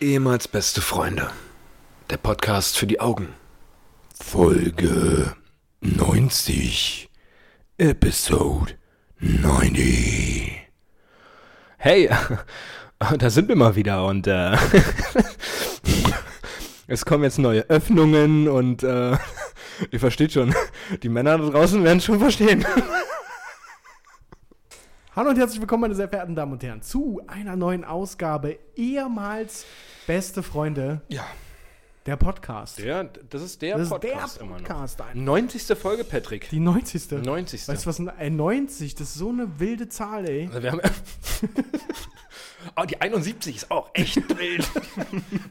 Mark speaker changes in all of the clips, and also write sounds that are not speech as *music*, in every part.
Speaker 1: Ehemals beste Freunde. Der Podcast für die Augen.
Speaker 2: Folge 90. Episode 90.
Speaker 3: Hey, *laughs* da sind wir mal wieder und äh, *laughs* es kommen jetzt neue Öffnungen und äh, *laughs* ihr versteht schon, die Männer da draußen werden schon verstehen.
Speaker 4: Hallo und herzlich willkommen, meine sehr verehrten Damen und Herren, zu einer neuen Ausgabe ehemals Beste Freunde,
Speaker 3: Ja,
Speaker 4: der Podcast.
Speaker 3: der, das ist der
Speaker 4: das ist der
Speaker 3: Podcast immer noch.
Speaker 4: Podcast. ein-
Speaker 3: 90. Folge, Patrick.
Speaker 4: Die 90.
Speaker 3: 90.
Speaker 4: Weißt du was, ein- ein 90, das ist so eine wilde Zahl,
Speaker 3: *laughs*
Speaker 4: ey.
Speaker 3: Also wir haben oh, die 71 ist auch echt
Speaker 4: *laughs*
Speaker 3: wild.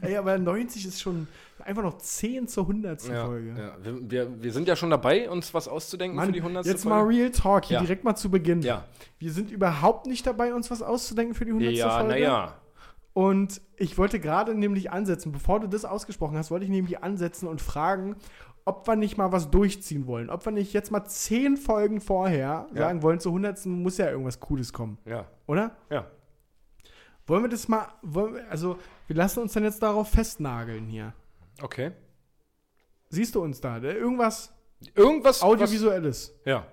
Speaker 4: ey aber 90 ist schon einfach noch 10 zur 100.
Speaker 3: ja,
Speaker 4: Folge.
Speaker 3: ja. Wir, wir, wir sind ja schon dabei, uns was auszudenken
Speaker 4: Mann,
Speaker 3: für die 100.
Speaker 4: jetzt mal Real Talk, hier
Speaker 3: Ja.
Speaker 4: direkt mal zu Beginn.
Speaker 3: Ja.
Speaker 4: Wir sind überhaupt nicht dabei, uns was auszudenken für die 100.
Speaker 3: Ja,
Speaker 4: Folge.
Speaker 3: naja.
Speaker 4: Und ich wollte gerade nämlich ansetzen, bevor du das ausgesprochen hast, wollte ich nämlich ansetzen und fragen, ob wir nicht mal was durchziehen wollen. Ob wir nicht jetzt mal zehn Folgen vorher
Speaker 3: Ja.
Speaker 4: sagen wollen, zur 100. muss ja irgendwas Cooles kommen,
Speaker 3: Ja,
Speaker 4: oder?
Speaker 3: ja.
Speaker 4: Wollen wir das mal, wollen wir, also wir lassen uns dann jetzt darauf festnageln hier.
Speaker 3: Okay.
Speaker 4: Siehst du uns da? ne? Irgendwas
Speaker 3: Irgendwas. was-
Speaker 4: Audiovisuelles.
Speaker 3: Ja.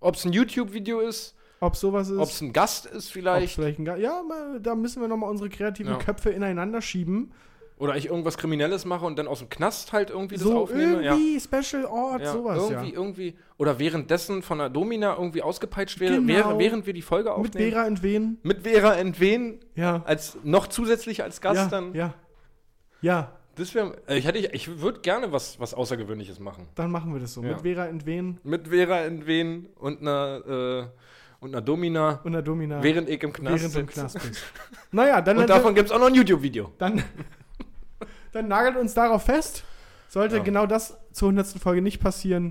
Speaker 3: Ob es ein YouTube-Video ist,
Speaker 4: Ob sowas ist.
Speaker 3: ob es ein Gast ist
Speaker 4: ob's
Speaker 3: vielleicht,
Speaker 4: vielleicht ein, Ga- ja, mal- da müssen wir nochmal unsere kreativen
Speaker 3: Ja.
Speaker 4: Köpfe ineinander schieben.
Speaker 3: oder ich irgendwas Kriminelles mache und dann aus dem Knast halt irgendwie das
Speaker 4: so
Speaker 3: aufnehme. Ja.
Speaker 4: irgendwie, Special Ort,
Speaker 3: Ja,
Speaker 4: sowas.
Speaker 3: irgendwie,
Speaker 4: ja.
Speaker 3: irgendwie, oder währenddessen von einer Domina irgendwie ausgepeitscht wäre,
Speaker 4: Genau.
Speaker 3: wäre während wir die Folge
Speaker 4: Mit
Speaker 3: aufnehmen.
Speaker 4: Vera entwehen.
Speaker 3: Mit Vera entwen,
Speaker 4: Ja.
Speaker 3: als noch zusätzlich als Gast
Speaker 4: ja,
Speaker 3: dann.
Speaker 4: Ja. Ja,
Speaker 3: Das wäre, äh, ich hätte, ich würde gerne was, was Außergewöhnliches machen.
Speaker 4: dann machen wir das so.
Speaker 3: Ja.
Speaker 4: Mit Vera in Wien
Speaker 3: Mit Vera entwen und einer, äh, und einer Domina,
Speaker 4: und der Domina.
Speaker 3: während ich im Knast
Speaker 4: während du im
Speaker 3: sitze.
Speaker 4: Knast bist. naja, dann,
Speaker 3: *laughs* Und davon gibt es auch noch ein YouTube-Video.
Speaker 4: dann, dann nagelt uns darauf fest. Sollte
Speaker 3: Ja.
Speaker 4: genau das zur 100. Folge nicht passieren,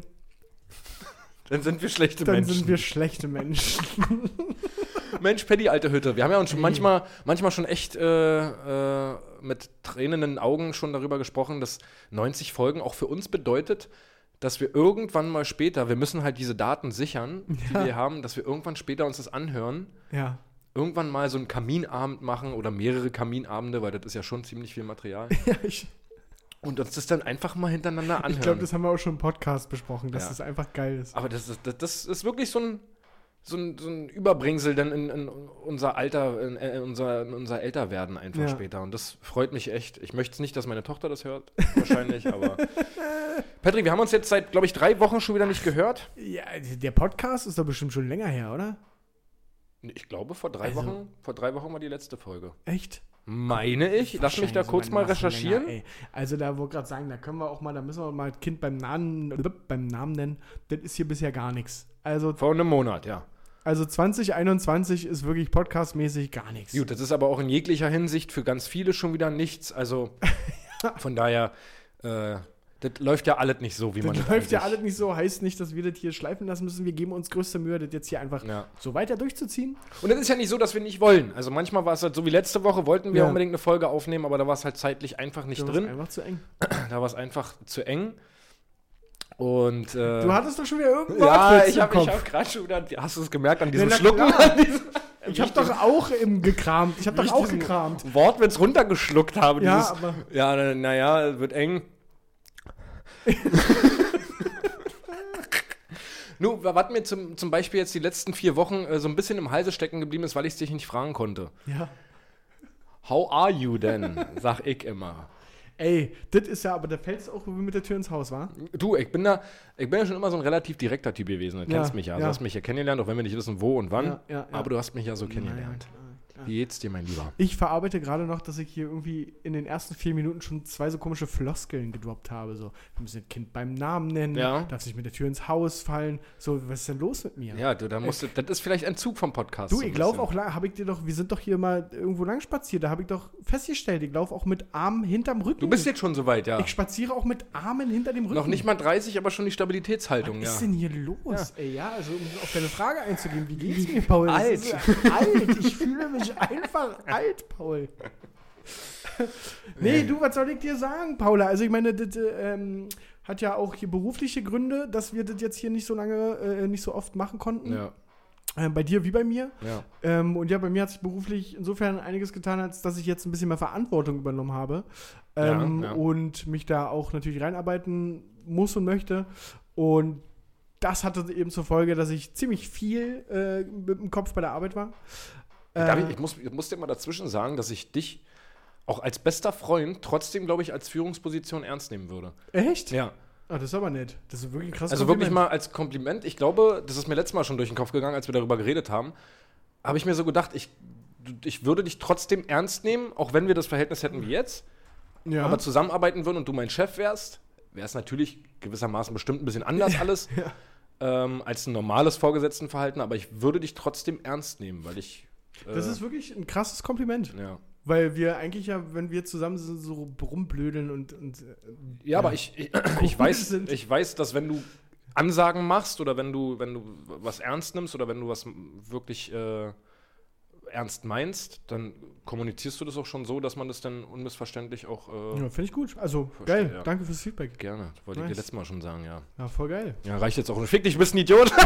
Speaker 3: Dann sind wir schlechte
Speaker 4: dann
Speaker 3: Menschen.
Speaker 4: sind wir schlechte Menschen. *laughs*
Speaker 3: Mensch, Paddy, alte Hütte. Wir haben ja uns schon manchmal, manchmal schon echt äh, äh, mit tränenden Augen schon darüber gesprochen, dass 90 Folgen auch für uns bedeutet, dass wir irgendwann mal später, wir müssen halt diese Daten sichern, die wir haben, dass wir irgendwann später uns das anhören,
Speaker 4: ja.
Speaker 3: irgendwann mal so einen Kaminabend machen oder mehrere Kaminabende, weil das ist ja schon ziemlich viel Material.
Speaker 4: ja, ich,
Speaker 3: und uns das dann einfach mal hintereinander anhören.
Speaker 4: ich glaube, das haben wir auch schon im Podcast besprochen, dass
Speaker 3: Ja.
Speaker 4: das einfach geil ist.
Speaker 3: Aber das ist, das, das ist wirklich so ein, so ein, so ein Überbringsel dann in, in unser Alter, in, äh, unser, in unser Älterwerden einfach
Speaker 4: Ja.
Speaker 3: später. Und das freut mich echt. Ich möchte es nicht, dass meine Tochter das hört, wahrscheinlich, *laughs* aber. Patrick, wir haben uns jetzt seit, glaube ich, drei Wochen schon wieder nicht gehört.
Speaker 4: Ja, der Podcast ist doch bestimmt schon länger her, oder?
Speaker 3: Ich glaube, vor drei
Speaker 4: Also-
Speaker 3: Wochen, vor drei Wochen war die letzte Folge.
Speaker 4: Echt?
Speaker 3: Meine ich? Lass mich da
Speaker 4: Wahrscheinlich
Speaker 3: kurz
Speaker 4: sogar
Speaker 3: mal
Speaker 4: noch länger,
Speaker 3: recherchieren.
Speaker 4: ey. also da wollte gerade sagen, da können wir auch mal, da müssen wir mal das Kind beim Namen, äh, beim Namen nennen. Das ist hier bisher gar nichts. Also,
Speaker 3: vor einem Monat, ja.
Speaker 4: also 2021 ist wirklich podcastmäßig gar nichts.
Speaker 3: Gut, das ist aber auch in jeglicher Hinsicht für ganz viele schon wieder nichts.
Speaker 4: *laughs*
Speaker 3: Also von daher, äh, das läuft ja alles nicht so, wie man
Speaker 4: Das läuft ja
Speaker 3: eigentlich-
Speaker 4: alles nicht so, heißt nicht, dass wir das hier schleifen lassen müssen. Wir geben uns größte Mühe, das jetzt hier einfach
Speaker 3: Ja.
Speaker 4: so weiter durchzuziehen.
Speaker 3: Und das ist ja nicht so, dass wir nicht wollen. Also manchmal war es halt so wie letzte Woche, wollten wir
Speaker 4: Ja.
Speaker 3: unbedingt eine Folge aufnehmen, aber da war es halt zeitlich einfach nicht
Speaker 4: Das ist
Speaker 3: drin.
Speaker 4: einfach zu eng.
Speaker 3: Da war es einfach zu eng. Und äh,
Speaker 4: Du hattest doch schon wieder irgendeinen
Speaker 3: ja,
Speaker 4: Wortwitz
Speaker 3: ich
Speaker 4: im
Speaker 3: habe
Speaker 4: Kopf.
Speaker 3: hab gerade schon wieder, hast du es gemerkt an diesem
Speaker 4: na
Speaker 3: Schlucken?
Speaker 4: klar. *laughs*
Speaker 3: An *laughs* diesem,
Speaker 4: Ich habe doch auch im gekramt. Ich habe doch auch gekramt.
Speaker 3: Wortwitz runtergeschluckt habe.
Speaker 4: Ja,
Speaker 3: dieses,
Speaker 4: aber-
Speaker 3: Ja, naja, wird *laughs* eng. Nun, wa- was mir zum, zum Beispiel jetzt die letzten vier Wochen äh, so ein bisschen im Halse stecken geblieben ist, weil ich es dich nicht fragen konnte.
Speaker 4: Ja.
Speaker 3: How are you *laughs* denn? Sag ich immer.
Speaker 4: Ey, das ist ja, aber da fällst du auch mit der Tür ins Haus, wa?
Speaker 3: Du, ich bin da, ich bin ja schon immer so ein relativ direkter Typ gewesen. Du
Speaker 4: Ja,
Speaker 3: kennst mich ja. Du
Speaker 4: ja.
Speaker 3: hast mich ja kennengelernt, auch wenn wir nicht wissen, wo und wann.
Speaker 4: Ja, ja, ja.
Speaker 3: Aber du hast mich ja so kennengelernt. Wie geht's dir, mein Lieber?
Speaker 4: Ich verarbeite gerade noch, dass ich hier irgendwie in den ersten vier Minuten schon zwei so komische Floskeln gedroppt habe. So, wir müssen das Kind beim Namen nennen,
Speaker 3: Ja.
Speaker 4: darf nicht mit der Tür ins Haus fallen. So, was ist denn los mit mir?
Speaker 3: Ja, du, da musst du, das ist vielleicht ein Zug vom Podcast.
Speaker 4: Du,
Speaker 3: so ein
Speaker 4: ich laufe
Speaker 3: bisschen.
Speaker 4: auch lang, habe ich dir doch, wir sind doch hier mal irgendwo lang spaziert, da habe ich doch festgestellt, ich laufe auch mit Armen hinterm Rücken.
Speaker 3: Du bist jetzt schon so weit, ja.
Speaker 4: ich spaziere auch mit Armen hinter dem Rücken.
Speaker 3: Noch nicht mal 30, aber schon die Stabilitätshaltung,
Speaker 4: Was
Speaker 3: ja.
Speaker 4: ist denn hier los? Ey, ja, also um auf deine Frage einzugehen, wie geht's mir, Paul? Das
Speaker 3: Alt.
Speaker 4: ist ja alt, ich fühle mich einfach alt, Paul. nee, du, was soll ich dir sagen, Paula? Also ich meine, das äh, ähm, hat ja auch hier berufliche Gründe, dass wir das jetzt hier nicht so lange, äh, nicht so oft machen konnten.
Speaker 3: Ja.
Speaker 4: äh, bei dir wie bei mir.
Speaker 3: Ja.
Speaker 4: Ähm, und ja, bei mir hat sich beruflich insofern einiges getan, als dass ich jetzt ein bisschen mehr Verantwortung übernommen habe ähm,
Speaker 3: Ja, ja.
Speaker 4: und mich da auch natürlich reinarbeiten muss und möchte. Und das hatte eben zur Folge, dass ich ziemlich viel äh, mit dem Kopf bei der Arbeit war.
Speaker 3: Darf
Speaker 4: Äh,
Speaker 3: ich, ich, muss, ich muss dir mal dazwischen sagen, dass ich dich auch als bester Freund trotzdem, glaube ich, als Führungsposition ernst nehmen würde.
Speaker 4: Echt?
Speaker 3: Ja.
Speaker 4: Ah, das ist aber nett. Das ist wirklich krass.
Speaker 3: Also wirklich mal als Kompliment. Ich glaube, das ist mir letztes Mal schon durch den Kopf gegangen, als wir darüber geredet haben. Habe ich mir so gedacht, ich, ich würde dich trotzdem ernst nehmen, auch wenn wir das Verhältnis hätten wie jetzt,
Speaker 4: Ja.
Speaker 3: aber zusammenarbeiten würden und du mein Chef wärst, wäre es natürlich gewissermaßen bestimmt ein bisschen anders
Speaker 4: *laughs*
Speaker 3: alles ähm, als ein normales Vorgesetztenverhalten, aber ich würde dich trotzdem ernst nehmen, weil ich. äh,
Speaker 4: das ist wirklich ein krasses Kompliment.
Speaker 3: ja.
Speaker 4: Weil wir eigentlich ja, wenn wir zusammen sind, so rumblödeln und, und äh,
Speaker 3: Ja, aber ich, *clears throat* ich, ich, weiß, ich weiß, dass wenn du Ansagen machst oder wenn du, wenn du was ernst nimmst oder wenn du was wirklich äh, ernst meinst, dann kommunizierst du das auch schon so, dass man das dann unmissverständlich auch äh,
Speaker 4: ja, finde ich gut. Also
Speaker 3: Verstehe,
Speaker 4: geil.
Speaker 3: ja.
Speaker 4: Danke fürs Feedback.
Speaker 3: gerne. Das wollte ich
Speaker 4: Nice.
Speaker 3: dir letztes Mal schon sagen, ja.
Speaker 4: Ja, voll geil.
Speaker 3: Ja, reicht jetzt auch. Fick dich, bist ein Idiot. *laughs*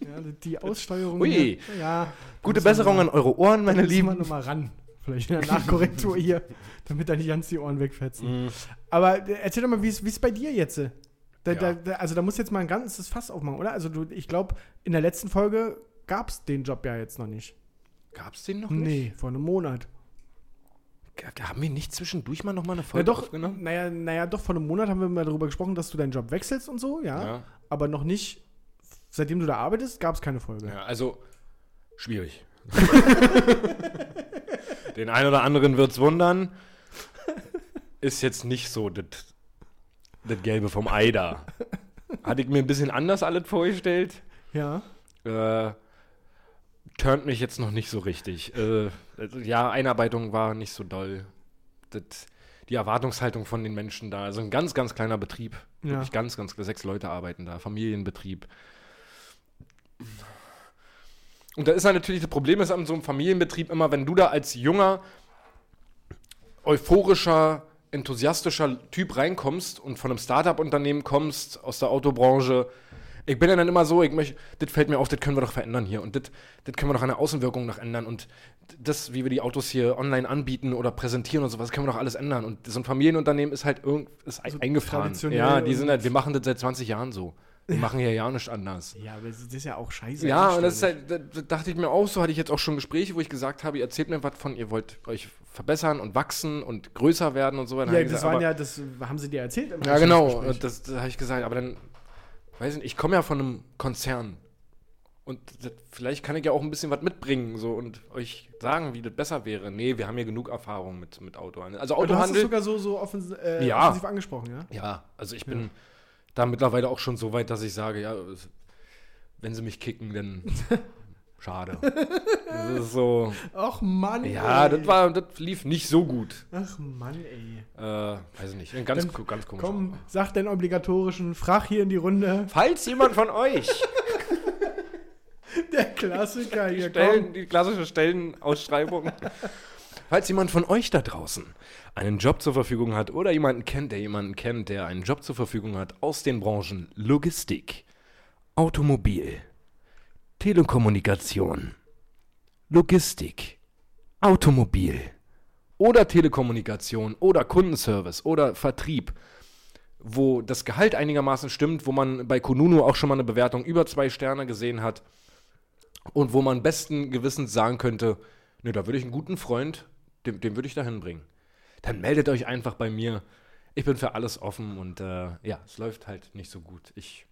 Speaker 4: Ja, die Aussteuerung.
Speaker 3: Ui.
Speaker 4: hier. Ja.
Speaker 3: Gute
Speaker 4: Muss man
Speaker 3: Besserung
Speaker 4: mal-
Speaker 3: an eure Ohren, meine
Speaker 4: Muss man
Speaker 3: Lieben.
Speaker 4: nochmal ran. Vielleicht in der Nachkorrektur hier, damit da nicht ganz die Ohren wegfetzen.
Speaker 3: Mm.
Speaker 4: Aber äh, erzähl doch mal, wie ist bei dir jetzt? äh? Da, da,
Speaker 3: Ja.
Speaker 4: da, also da muss jetzt mal ein ganzes Fass aufmachen, oder? Also du, ich glaube, in der letzten Folge gab es den Job ja jetzt noch nicht.
Speaker 3: Gab's den noch nicht?
Speaker 4: Nee, vor einem Monat.
Speaker 3: G- Haben wir nicht zwischendurch mal nochmal eine
Speaker 4: Na
Speaker 3: Folge
Speaker 4: doch,
Speaker 3: aufgenommen?
Speaker 4: naja, naja, doch, vor einem Monat haben wir mal darüber gesprochen, dass du deinen Job wechselst und so, ja.
Speaker 3: Ja.
Speaker 4: Aber noch nicht, seitdem du da arbeitest, gab es keine Folge.
Speaker 3: Ja, also schwierig. *laughs* Den einen oder anderen wird's wundern. Ist jetzt nicht so das das Gelbe vom Ei da. Hatte ich mir ein bisschen anders alles vorgestellt.
Speaker 4: Ja.
Speaker 3: Äh, turnt mich jetzt noch nicht so richtig. Äh, also, ja, Einarbeitung war nicht so doll. Das, die Erwartungshaltung von den Menschen da. Also ein ganz, ganz kleiner Betrieb.
Speaker 4: Ja.
Speaker 3: Wirklich ganz, ganz sechs Leute arbeiten da. Familienbetrieb. Und da ist dann natürlich das Problem ist an so einem Familienbetrieb immer, wenn du da als junger, euphorischer, enthusiastischer Typ reinkommst und von einem Startup-Unternehmen kommst, aus der Autobranche. Ich bin ja dann immer so, ich möchte, das fällt mir auf, das können wir doch verändern hier und das das können wir doch an der Außenwirkung noch ändern und das, wie wir die Autos hier online anbieten oder präsentieren und sowas, können wir doch alles ändern. Und so ein Familienunternehmen ist halt irgend, ist
Speaker 4: So
Speaker 3: eingefahren.
Speaker 4: Also traditionell
Speaker 3: Ja, die
Speaker 4: und-
Speaker 3: sind halt, wir machen das seit 20 Jahren so. Wir machen hier ja nichts anders.
Speaker 4: Ja, aber das ist ja auch scheiße.
Speaker 3: Ja, und das ist halt, da da dachte ich mir auch, so hatte ich jetzt auch schon Gespräche, wo ich gesagt habe, ihr erzählt mir was von, ihr wollt euch verbessern und wachsen und größer werden und so weiter.
Speaker 4: Ja,
Speaker 3: Dann hab ich
Speaker 4: das
Speaker 3: gesagt,
Speaker 4: waren
Speaker 3: aber-
Speaker 4: ja, das haben sie dir erzählt. im
Speaker 3: ja, genau,
Speaker 4: Gespräch.
Speaker 3: und das, das habe ich gesagt, aber dann, weiß ich nicht, ich komme ja von einem Konzern und das, vielleicht kann ich ja auch ein bisschen was mitbringen so und euch sagen, wie das besser wäre. Nee, wir haben ja genug Erfahrung mit, mit Autohandel. Also
Speaker 4: Du hast es
Speaker 3: Autohandel,
Speaker 4: sogar so, so offens äh,
Speaker 3: Ja.
Speaker 4: offensiv angesprochen, ja?
Speaker 3: ja, also ich bin da mittlerweile auch schon so weit, dass ich sage, ja, es- wenn sie mich kicken,
Speaker 4: *laughs*
Speaker 3: dann schade. Das ist so...
Speaker 4: Ach Mann,
Speaker 3: Ja,
Speaker 4: ey.
Speaker 3: das, war, das lief nicht so gut.
Speaker 4: Ach Mann, ey.
Speaker 3: Äh, weiß ich nicht. Ein Ganz,
Speaker 4: Dann
Speaker 3: ko- ganz komisch.
Speaker 4: Komm, sag deinen obligatorischen Frach hier in die Runde. *laughs*
Speaker 3: Falls jemand von euch
Speaker 4: Der Klassiker
Speaker 3: die,
Speaker 4: hier,
Speaker 3: Stellen,
Speaker 4: komm.
Speaker 3: die klassische Stellenausschreibung, *laughs* falls jemand von euch da draußen einen Job zur Verfügung hat oder jemanden kennt, der jemanden kennt, der einen Job zur Verfügung hat aus den Branchen Logistik, Automobil, Telekommunikation, Logistik, Automobil oder Telekommunikation oder Kundenservice oder Vertrieb, wo das Gehalt einigermaßen stimmt, wo man bei Kununu auch schon mal eine Bewertung über zwei Sterne gesehen hat und wo man besten Gewissens sagen könnte, ne, da würde ich einen guten Freund, dem, dem würde ich da hinbringen. Dann meldet euch einfach bei mir. Ich bin für alles offen und äh, ja, es läuft halt nicht so gut. Ich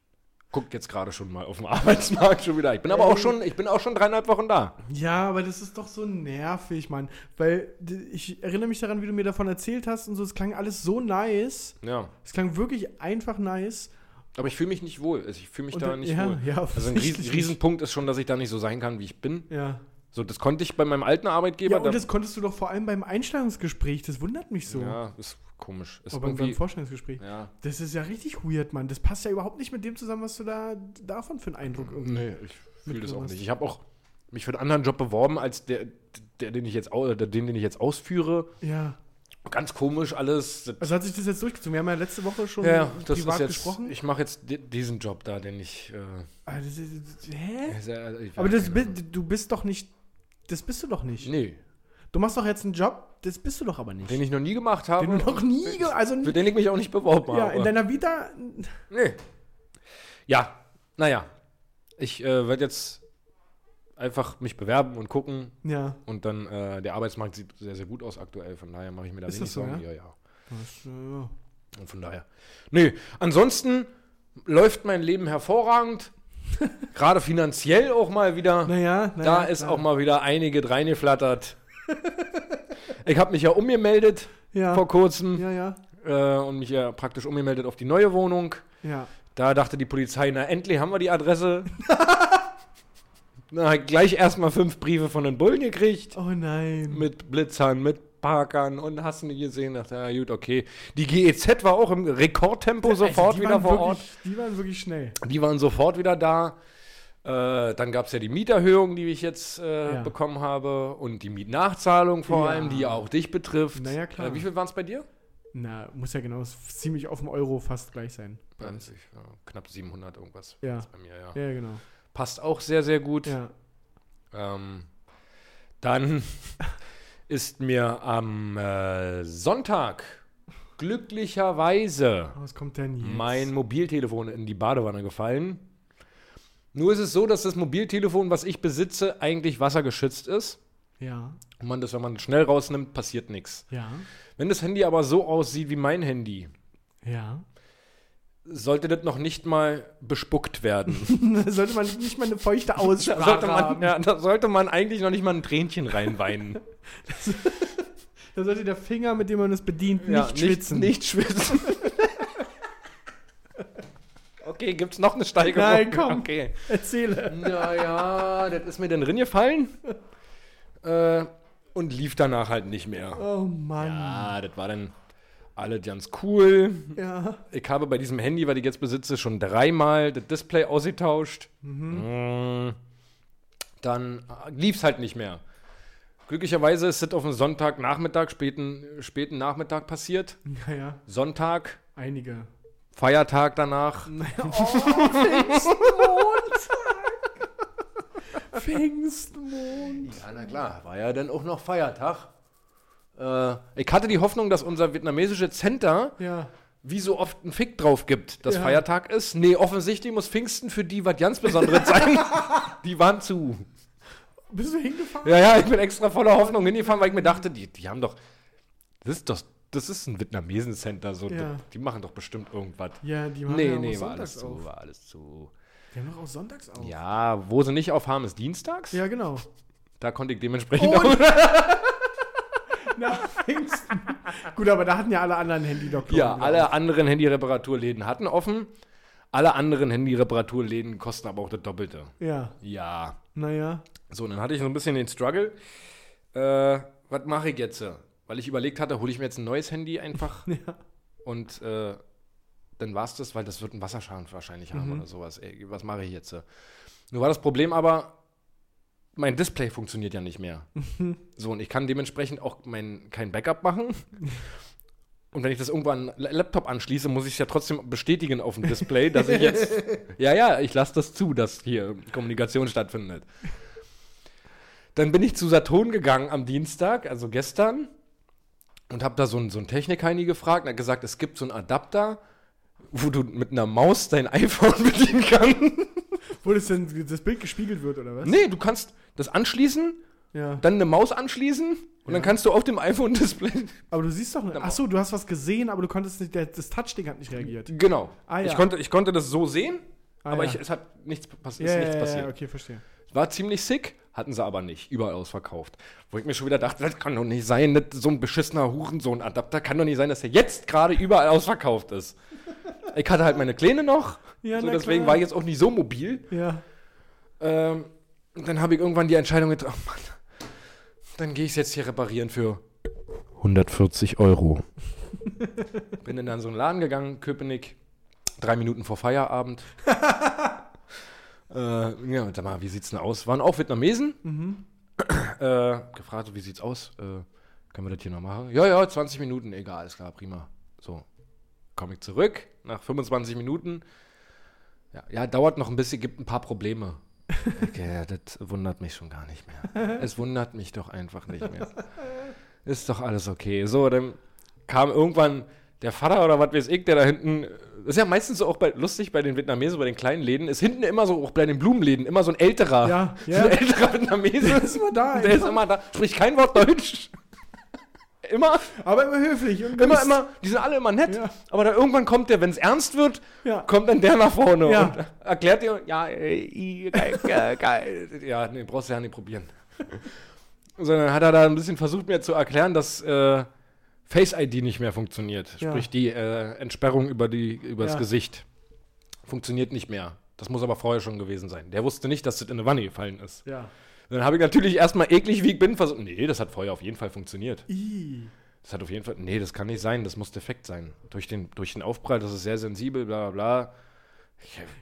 Speaker 3: gucke jetzt gerade schon mal auf dem *laughs* Arbeitsmarkt schon wieder. Ich bin aber auch schon, ich bin auch schon dreieinhalb Wochen da.
Speaker 4: Ja, aber das ist doch so nervig, Mann. Weil d- ich erinnere mich daran, wie du mir davon erzählt hast und so, es klang alles so nice.
Speaker 3: Ja.
Speaker 4: Es klang wirklich einfach nice.
Speaker 3: Aber ich fühle mich nicht wohl. Also ich fühle mich
Speaker 4: Und
Speaker 3: da
Speaker 4: dann-
Speaker 3: nicht
Speaker 4: ja,
Speaker 3: wohl.
Speaker 4: ja,
Speaker 3: also ein
Speaker 4: offensichtlich
Speaker 3: Ries Riesenpunkt ist schon, dass ich da nicht so sein kann, wie ich bin.
Speaker 4: Ja.
Speaker 3: So, das konnte ich bei meinem alten Arbeitgeber.
Speaker 4: Ja, und
Speaker 3: da-
Speaker 4: das konntest du doch vor allem beim Einstellungsgespräch, das wundert mich so.
Speaker 3: ja ist komisch. Ist
Speaker 4: Aber beim- beim
Speaker 3: irgendwie,
Speaker 4: Vorstellungsgespräch.
Speaker 3: ja.
Speaker 4: Das ist ja richtig weird, Mann. Das passt ja überhaupt nicht mit dem zusammen, was du da davon für einen Eindruck irgendwie.
Speaker 3: Nee, ich fühle das auch
Speaker 4: mitgemacht.
Speaker 3: nicht. Ich habe auch mich für einen anderen Job beworben als der, der den ich jetzt au- oder den, den ich jetzt ausführe
Speaker 4: Ja.
Speaker 3: ganz komisch alles. Das,
Speaker 4: Also hat sich das jetzt durchgezogen. Wir haben ja letzte Woche schon
Speaker 3: ja, das
Speaker 4: privat
Speaker 3: ist jetzt.
Speaker 4: gesprochen.
Speaker 3: Ich mache jetzt di- diesen Job da, den ich. Äh,
Speaker 4: Ah, das ist, hä?
Speaker 3: sehr- ich
Speaker 4: Aber
Speaker 3: weiß
Speaker 4: das,
Speaker 3: keine Ahnung.
Speaker 4: bi- du bist doch nicht. Das bist du doch nicht.
Speaker 3: Nee,
Speaker 4: Du machst doch jetzt einen Job, das bist du doch aber nicht.
Speaker 3: den ich noch nie gemacht habe.
Speaker 4: Den du noch nie. ge- Also,
Speaker 3: Für den ich mich auch nicht beworben
Speaker 4: ja,
Speaker 3: habe.
Speaker 4: in deiner Vita.
Speaker 3: Nee. Ja, naja. Ich äh, werde jetzt einfach mich bewerben und gucken.
Speaker 4: Ja.
Speaker 3: Und dann, äh, der Arbeitsmarkt sieht sehr, sehr gut aus aktuell. Von daher mache ich mir da
Speaker 4: Ist
Speaker 3: wenig
Speaker 4: das so,
Speaker 3: Sorgen.
Speaker 4: ja?
Speaker 3: Ja, ja.
Speaker 4: Das, äh,
Speaker 3: Und von daher. Nee, ansonsten läuft mein Leben
Speaker 4: *laughs*
Speaker 3: hervorragend. Gerade finanziell auch mal wieder.
Speaker 4: naja, naja.
Speaker 3: da ist
Speaker 4: klar.
Speaker 3: auch mal wieder einiges
Speaker 4: *laughs*
Speaker 3: reingeflattert. ich habe mich ja umgemeldet
Speaker 4: Ja.
Speaker 3: vor kurzem
Speaker 4: Ja,
Speaker 3: äh,
Speaker 4: ja.
Speaker 3: und mich ja praktisch umgemeldet auf die neue Wohnung.
Speaker 4: Ja.
Speaker 3: Da dachte die Polizei, na endlich haben wir die
Speaker 4: *laughs*
Speaker 3: Adresse. na, gleich erstmal fünf Briefe von den Bullen gekriegt.
Speaker 4: Oh nein.
Speaker 3: Mit Blitzern, mit Parkern und hast du nicht gesehen. Dachte, ja gut, okay. Die GEZ war auch im Rekordtempo sofort
Speaker 4: also die
Speaker 3: wieder
Speaker 4: waren
Speaker 3: vor Ort.
Speaker 4: wirklich, Die waren wirklich schnell.
Speaker 3: Die waren sofort wieder da. Äh, dann gab es ja die Mieterhöhung, die ich jetzt äh,
Speaker 4: Ja.
Speaker 3: bekommen habe. Und die Mietnachzahlung vor
Speaker 4: Ja.
Speaker 3: allem, die ja auch dich betrifft.
Speaker 4: Na ja, klar.
Speaker 3: Äh, wie viel waren es bei dir?
Speaker 4: Na, muss ja genau ist ziemlich auf dem Euro fast gleich sein.
Speaker 3: Ja, knapp 700 irgendwas.
Speaker 4: Ja.
Speaker 3: Bei mir, ja.
Speaker 4: Ja, genau.
Speaker 3: Passt auch sehr, sehr gut.
Speaker 4: Ja.
Speaker 3: Ähm, dann *laughs* ist mir am äh, Sonntag glücklicherweise
Speaker 4: Was Oh, kommt denn jetzt?
Speaker 3: mein Mobiltelefon in die Badewanne gefallen. Nur ist es so, dass das Mobiltelefon, was ich besitze, eigentlich wassergeschützt ist.
Speaker 4: Ja.
Speaker 3: Und man das, wenn man es schnell rausnimmt, passiert nichts.
Speaker 4: Ja.
Speaker 3: Wenn das Handy aber so aussieht wie mein Handy,
Speaker 4: Ja.
Speaker 3: sollte das noch nicht mal bespuckt
Speaker 4: *laughs*
Speaker 3: werden.
Speaker 4: Da *laughs* sollte man nicht mal eine feuchte Aussprache
Speaker 3: Da sollte, man,
Speaker 4: haben.
Speaker 3: ja, da sollte man eigentlich noch nicht mal ein Tränchen
Speaker 4: *laughs*
Speaker 3: reinweinen.
Speaker 4: Da sollte der Finger, mit dem man es bedient,
Speaker 3: Ja,
Speaker 4: nicht schwitzen.
Speaker 3: Nicht, schwitzen. *laughs* okay, gibt's noch eine Steigerung?
Speaker 4: Nein, komm.
Speaker 3: Okay.
Speaker 4: Erzähle.
Speaker 3: Naja, das ist mir dann drin gefallen. Äh, und lief danach halt nicht mehr.
Speaker 4: Oh Mann.
Speaker 3: Ah, das war dann alles ganz cool.
Speaker 4: Ja.
Speaker 3: Ich habe bei diesem Handy, was ich jetzt besitze, schon dreimal das Display ausgetauscht. Mm. Dann lief es halt nicht mehr. Glücklicherweise ist das auf einen Sonntagnachmittag, späten, späten Nachmittag passiert.
Speaker 4: Ja, ja.
Speaker 3: Sonntag,
Speaker 4: Einige. *laughs*
Speaker 3: Feiertag danach.
Speaker 4: Pfingstmond.
Speaker 3: Ja, na klar, war ja dann auch noch Feiertag. Äh, ich hatte die Hoffnung, dass unser vietnamesische Center
Speaker 4: Ja.
Speaker 3: wie so oft einen Fick drauf gibt, dass
Speaker 4: Ja.
Speaker 3: Feiertag ist. Nee, offensichtlich muss Pfingsten für die was ganz Besonderes
Speaker 4: *laughs*
Speaker 3: sein. die waren zu.
Speaker 4: Bist du hingefahren?
Speaker 3: Ja, ja, ich bin extra voller Hoffnung hingefahren, weil ich mir dachte, die, die haben doch. Das ist doch. Das ist ein Vietnamesen-Center, so.
Speaker 4: Ja.
Speaker 3: Die, die machen doch bestimmt irgendwas.
Speaker 4: Ja, die machen
Speaker 3: Nee,
Speaker 4: ja auch
Speaker 3: nee, war
Speaker 4: sonntags
Speaker 3: alles
Speaker 4: auf.
Speaker 3: zu, war alles zu.
Speaker 4: Die haben doch auch sonntags auf.
Speaker 3: Ja, wo sie nicht auf haben, ist dienstags.
Speaker 4: Ja, genau.
Speaker 3: Da konnte ich dementsprechend
Speaker 4: Oh,
Speaker 3: auch
Speaker 4: *laughs* Nach Pfingsten. Gut, aber da hatten ja alle anderen Handydoktoren.
Speaker 3: Ja,
Speaker 4: glaub
Speaker 3: alle anderen Handy-Reparaturläden hatten offen. Alle anderen Handy-Reparaturläden kosten aber auch das Doppelte.
Speaker 4: ich. Ja,
Speaker 3: Ja.
Speaker 4: naja.
Speaker 3: So, und dann hatte ich so ein bisschen den Struggle. Äh, was mache ich jetzt? Weil ich überlegt hatte, hole ich mir jetzt ein neues Handy einfach
Speaker 4: Ja.
Speaker 3: und äh, dann war es das, weil das wird einen Wasserschaden wahrscheinlich haben oder sowas. Ey, was mache ich jetzt? Nur war das Problem aber, mein Display funktioniert ja nicht mehr. so, und ich kann dementsprechend auch mein, kein Backup machen. Und wenn ich das irgendwann an einen La- Laptop anschließe, muss ich es ja trotzdem bestätigen auf dem Display, dass ich jetzt. Ja, ja, ich lasse das zu, dass hier Kommunikation stattfindet. Dann bin ich zu Saturn gegangen am Dienstag, also gestern, und habe da so einen, so einen Technikheini gefragt und hat gesagt, es gibt so einen Adapter, wo du mit einer Maus dein *laughs* iPhone bedienen kannst.
Speaker 4: Wo das denn das Bild gespiegelt wird, oder was?
Speaker 3: Nee, du kannst das anschließen,
Speaker 4: Ja.
Speaker 3: dann eine Maus anschließen und dann kannst du auf dem *laughs* iPhone-Display.
Speaker 4: Aber du siehst doch nicht. Achso, du hast was gesehen, aber du konntest nicht. der- Das Touchding hat nicht reagiert.
Speaker 3: Genau.
Speaker 4: Ah, ja.
Speaker 3: ich, konnte, ich konnte das so sehen,
Speaker 4: Ah,
Speaker 3: aber
Speaker 4: ja.
Speaker 3: ich, es hat nichts, pass
Speaker 4: Ja,
Speaker 3: ist
Speaker 4: ja,
Speaker 3: nichts
Speaker 4: ja,
Speaker 3: passiert.
Speaker 4: ja, okay, verstehe.
Speaker 3: War ziemlich sick, hatten sie aber nicht. Überall ausverkauft. Wo ich mir schon wieder dachte, das kann doch nicht sein, das, so ein beschissener Hurensohn-Adapter kann doch nicht sein, dass er jetzt gerade überall ausverkauft ist. Ich hatte halt meine Kleine noch,
Speaker 4: Ja,
Speaker 3: so,
Speaker 4: na
Speaker 3: deswegen
Speaker 4: klar.
Speaker 3: war ich jetzt auch nicht so mobil.
Speaker 4: Ja.
Speaker 3: Ähm, und dann habe ich irgendwann die Entscheidung getroffen, oh Mann, dann gehe ich es jetzt hier reparieren für 140 Euro. *laughs* Bin dann an so einen Laden gegangen, Köpenick, drei Minuten vor Feierabend. äh, ja, sag mal, wie sieht's denn aus? Waren auch Vietnamesen. Äh, gefragt, so, wie sieht's aus? Äh, Können wir das hier noch machen? Ja, ja, 20 Minuten, egal, ist klar, prima. So, komme ich zurück nach 25 Minuten. Ja, ja, dauert noch ein bisschen, gibt ein paar
Speaker 4: *laughs*
Speaker 3: Probleme. Okay, ja, das wundert mich schon gar nicht mehr. Es wundert mich doch einfach nicht mehr. Ist doch alles okay. So, dann kam irgendwann der Vater oder was weiß ich, der da hinten, das ist ja meistens so auch bei, lustig bei den Vietnamesen, bei den kleinen Läden, ist hinten immer so, auch bei den Blumenläden, immer so ein älterer,
Speaker 4: Ja,
Speaker 3: so
Speaker 4: ja.
Speaker 3: ein älterer Vietnamese.
Speaker 4: Der ist immer da,
Speaker 3: Der ist
Speaker 4: einfach.
Speaker 3: immer da, spricht kein Wort Deutsch. immer,
Speaker 4: Aber immer höflich. Und
Speaker 3: immer,
Speaker 4: gewiss.
Speaker 3: immer, die sind alle immer nett,
Speaker 4: Ja.
Speaker 3: aber dann irgendwann kommt der, wenn es ernst wird,
Speaker 4: Ja.
Speaker 3: kommt dann der nach vorne
Speaker 4: Ja.
Speaker 3: und erklärt dir, ja, äh, i, geil, geil, geil. ja, nee, brauchst du ja nicht probieren. Sondern hat er da ein bisschen versucht, mir zu erklären, dass äh, Face ID nicht mehr funktioniert.
Speaker 4: Ja.
Speaker 3: Sprich, die äh, Entsperrung über die, übers
Speaker 4: Ja.
Speaker 3: Gesicht funktioniert nicht mehr. Das muss aber vorher schon gewesen sein. Der wusste nicht, dass das in eine Wanne gefallen ist.
Speaker 4: Ja.
Speaker 3: Dann habe ich natürlich erstmal eklig, wie ich bin, versucht, nee, das hat vorher auf jeden Fall funktioniert.
Speaker 4: I.
Speaker 3: Das hat auf jeden Fall. Nee, das kann nicht sein, das muss defekt sein. Durch den, durch den Aufprall, das ist sehr sensibel, bla bla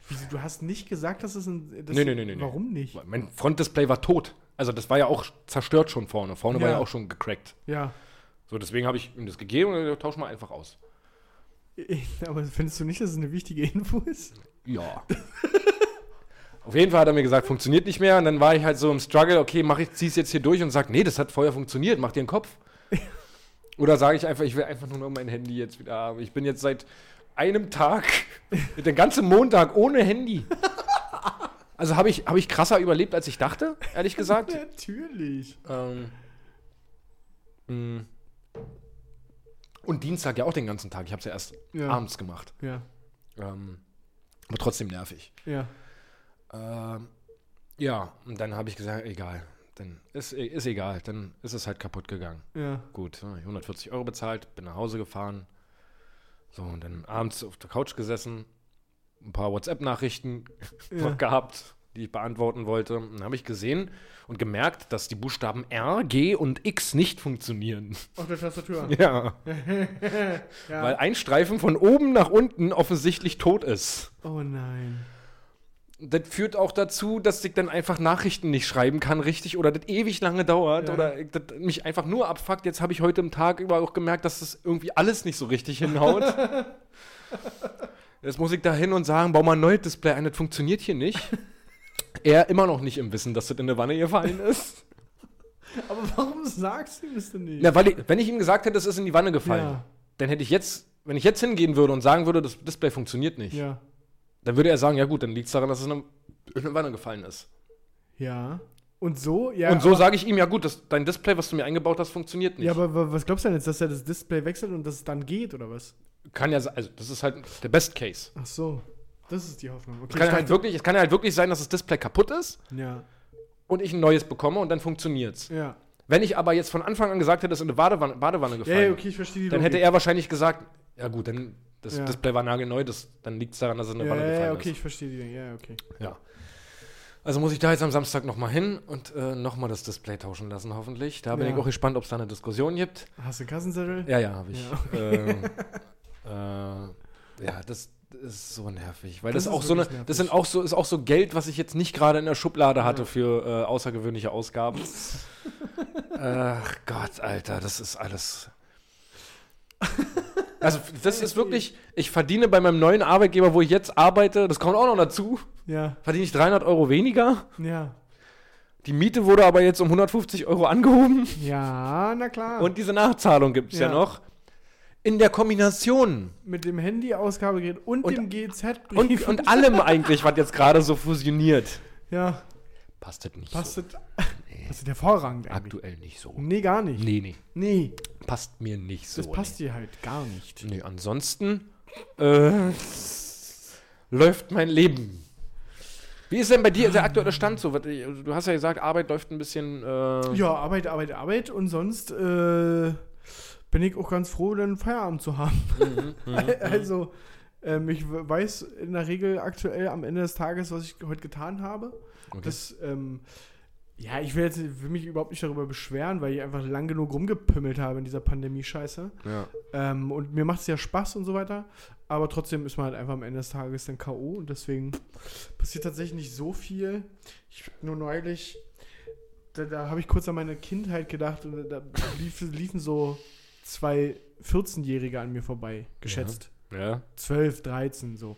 Speaker 4: Wieso, du hast nicht gesagt, dass es ein. Dass
Speaker 3: Nee, nee, nee, nee, nee.
Speaker 4: Warum nicht?
Speaker 3: bla. Mein Frontdisplay war tot. Also das war ja auch zerstört schon vorne. Vorne war
Speaker 4: Ja.
Speaker 3: ja auch schon gecrackt.
Speaker 4: Ja. *laughs*
Speaker 3: So, deswegen habe ich ihm das gegeben und gesagt, tausch mal einfach aus.
Speaker 4: Aber findest du nicht, dass es eine wichtige Info ist?
Speaker 3: Ja. auf jeden Fall hat er mir gesagt, funktioniert nicht mehr. Und dann war ich halt so im Struggle, okay, mach ich, zieh's jetzt hier durch und sag, nee, das hat vorher funktioniert, mach dir einen Kopf. Oder sage ich einfach, ich will einfach nur noch mein Handy jetzt wieder haben. Ich bin jetzt seit einem Tag, den ganzen Montag ohne Handy. Also habe ich, hab ich krasser überlebt, als ich dachte, ehrlich
Speaker 4: *laughs*
Speaker 3: gesagt.
Speaker 4: Natürlich.
Speaker 3: ähm, mm. und Dienstag ja auch den ganzen Tag. Ich habe es ja erst
Speaker 4: Ja.
Speaker 3: abends gemacht.
Speaker 4: Ja.
Speaker 3: Ähm, aber trotzdem nervig.
Speaker 4: Ja.
Speaker 3: Ähm, ja, und dann habe ich gesagt, egal. Dann ist, ist egal, dann ist es halt kaputt gegangen.
Speaker 4: Ja.
Speaker 3: Gut, dann hab ich 140 Euro bezahlt, bin nach Hause gefahren. So, und dann abends auf der Couch gesessen, ein paar WhatsApp-Nachrichten *laughs*
Speaker 4: Ja.
Speaker 3: noch gehabt, die ich beantworten wollte. Und dann habe ich gesehen und gemerkt, dass die Buchstaben R, G und X nicht funktionieren. *laughs*
Speaker 4: Auf der Tastatur.
Speaker 3: Ja,
Speaker 4: *laughs* Ja.
Speaker 3: weil ein Streifen von oben nach unten offensichtlich tot ist.
Speaker 4: oh nein.
Speaker 3: das führt auch dazu, dass ich dann einfach Nachrichten nicht schreiben kann, richtig, oder das ewig lange dauert,
Speaker 4: Ja.
Speaker 3: oder ich, das mich einfach nur abfuckt. Jetzt habe ich heute im Tag über auch gemerkt, dass das irgendwie alles nicht so richtig
Speaker 4: *laughs*
Speaker 3: hinhaut. Jetzt muss ich da hin und sagen, bau mal ein neues Display ein, das funktioniert hier nicht. Er immer noch nicht im Wissen, dass das in eine Wanne gefallen ist.
Speaker 4: *laughs* Aber warum sagst du ihm das denn nicht?
Speaker 3: Na, weil ich, wenn ich ihm gesagt hätte, es ist in die Wanne gefallen,
Speaker 4: Ja.
Speaker 3: dann hätte ich jetzt, wenn ich jetzt hingehen würde und sagen würde, das Display funktioniert nicht,
Speaker 4: ja.
Speaker 3: dann würde er sagen, ja gut, dann liegt es daran, dass es in eine, in eine Wanne gefallen ist.
Speaker 4: Ja. Und so, ja.
Speaker 3: und so sage ich ihm, ja gut, das, dein Display, was du mir eingebaut hast, funktioniert nicht.
Speaker 4: Ja, aber wa- was glaubst du denn jetzt, dass er das Display wechselt und dass es dann geht, oder was?
Speaker 3: kann ja, se- also das ist halt der Best Case.
Speaker 4: Ach so. Das ist die Hoffnung. Okay,
Speaker 3: Es kann, ja
Speaker 4: ich
Speaker 3: halt
Speaker 4: dachte-
Speaker 3: wirklich, es kann ja halt wirklich sein, dass das Display kaputt ist
Speaker 4: Ja.
Speaker 3: und ich ein neues bekomme und dann funktioniert's.
Speaker 4: Ja.
Speaker 3: Wenn ich aber jetzt von Anfang an gesagt hätte, es ist in eine Badewanne, Badewanne
Speaker 4: Ja,
Speaker 3: gefallen,
Speaker 4: ja, okay, ich verstehe die
Speaker 3: dann hätte er wahrscheinlich gesagt, ja gut, dann das
Speaker 4: Ja.
Speaker 3: Display war nagelneu, das, dann liegt es daran, dass es in eine
Speaker 4: Ja,
Speaker 3: Wanne
Speaker 4: ja,
Speaker 3: gefallen
Speaker 4: ja, okay,
Speaker 3: ist.
Speaker 4: ich verstehe die. Ja, okay.
Speaker 3: Ja. Also muss ich da jetzt am Samstag nochmal hin und äh, nochmal das Display tauschen lassen, hoffentlich. Da bin
Speaker 4: Ja.
Speaker 3: ich auch gespannt, ob es da eine Diskussion gibt.
Speaker 4: Hast du einen Kassenzettel?
Speaker 3: Ja, ja, habe ich.
Speaker 4: Ja,
Speaker 3: Ähm, äh, ja, das ist so nervig, weil
Speaker 4: Das
Speaker 3: das,
Speaker 4: ist
Speaker 3: auch so eine,
Speaker 4: wirklich nervig.
Speaker 3: das sind auch so, ist auch so Geld, was ich jetzt nicht gerade in der Schublade hatte
Speaker 4: Ja.
Speaker 3: für äh, außergewöhnliche Ausgaben. Ach Gott, Alter, das ist alles. Also das ist wirklich, ich verdiene bei meinem neuen Arbeitgeber, wo ich jetzt arbeite, das kommt auch noch dazu,
Speaker 4: Ja,
Speaker 3: verdiene ich 300 Euro weniger.
Speaker 4: ja.
Speaker 3: Die Miete wurde aber jetzt um 150 Euro angehoben.
Speaker 4: Ja, na klar.
Speaker 3: Und diese Nachzahlung gibt es ja.
Speaker 4: Ja.
Speaker 3: noch. In der Kombination
Speaker 4: mit dem Handy-Ausgabegerät und,
Speaker 3: Und-
Speaker 4: dem GZ-Brief.
Speaker 3: und, und allem eigentlich, was jetzt gerade so fusioniert.
Speaker 4: ja,
Speaker 3: Passt das nicht
Speaker 4: passt das. *laughs* Das ist hervorragend
Speaker 3: so.
Speaker 4: eigentlich.
Speaker 3: Aktuell nicht so.
Speaker 4: Nee, gar nicht.
Speaker 3: Nee, nee.
Speaker 4: Nee,
Speaker 3: Passt mir nicht so.
Speaker 4: das passt dir halt gar nicht.
Speaker 3: Nee, nee ansonsten äh, läuft mein Leben. Wie ist denn bei dir der aktuelle Stand so? Was- äh, Du hast ja gesagt, Arbeit läuft ein bisschen. Äh,
Speaker 4: Ja, Arbeit, Arbeit, Arbeit und sonst äh, bin ich auch ganz froh, dann Feierabend zu haben.
Speaker 3: Mhm,
Speaker 4: *laughs* also, ähm, ich we- weiß in der Regel aktuell am Ende des Tages, was ich heute getan habe.
Speaker 3: Okay.
Speaker 4: Das, ähm, ja, ich will jetzt will mich überhaupt nicht darüber beschweren, weil ich einfach lang genug rumgepümmelt habe in dieser Pandemie-Scheiße.
Speaker 3: ja.
Speaker 4: Ähm, und mir macht es ja Spaß und so weiter. Aber trotzdem ist man halt einfach am Ende des Tages dann K.O. und deswegen passiert tatsächlich nicht so viel. Ich hab nur neulich da, da habe ich kurz an meine Kindheit gedacht und da lief, liefen so zwei 14-Jährige an mir vorbei, geschätzt.
Speaker 3: Ja.
Speaker 4: 12, 13 so.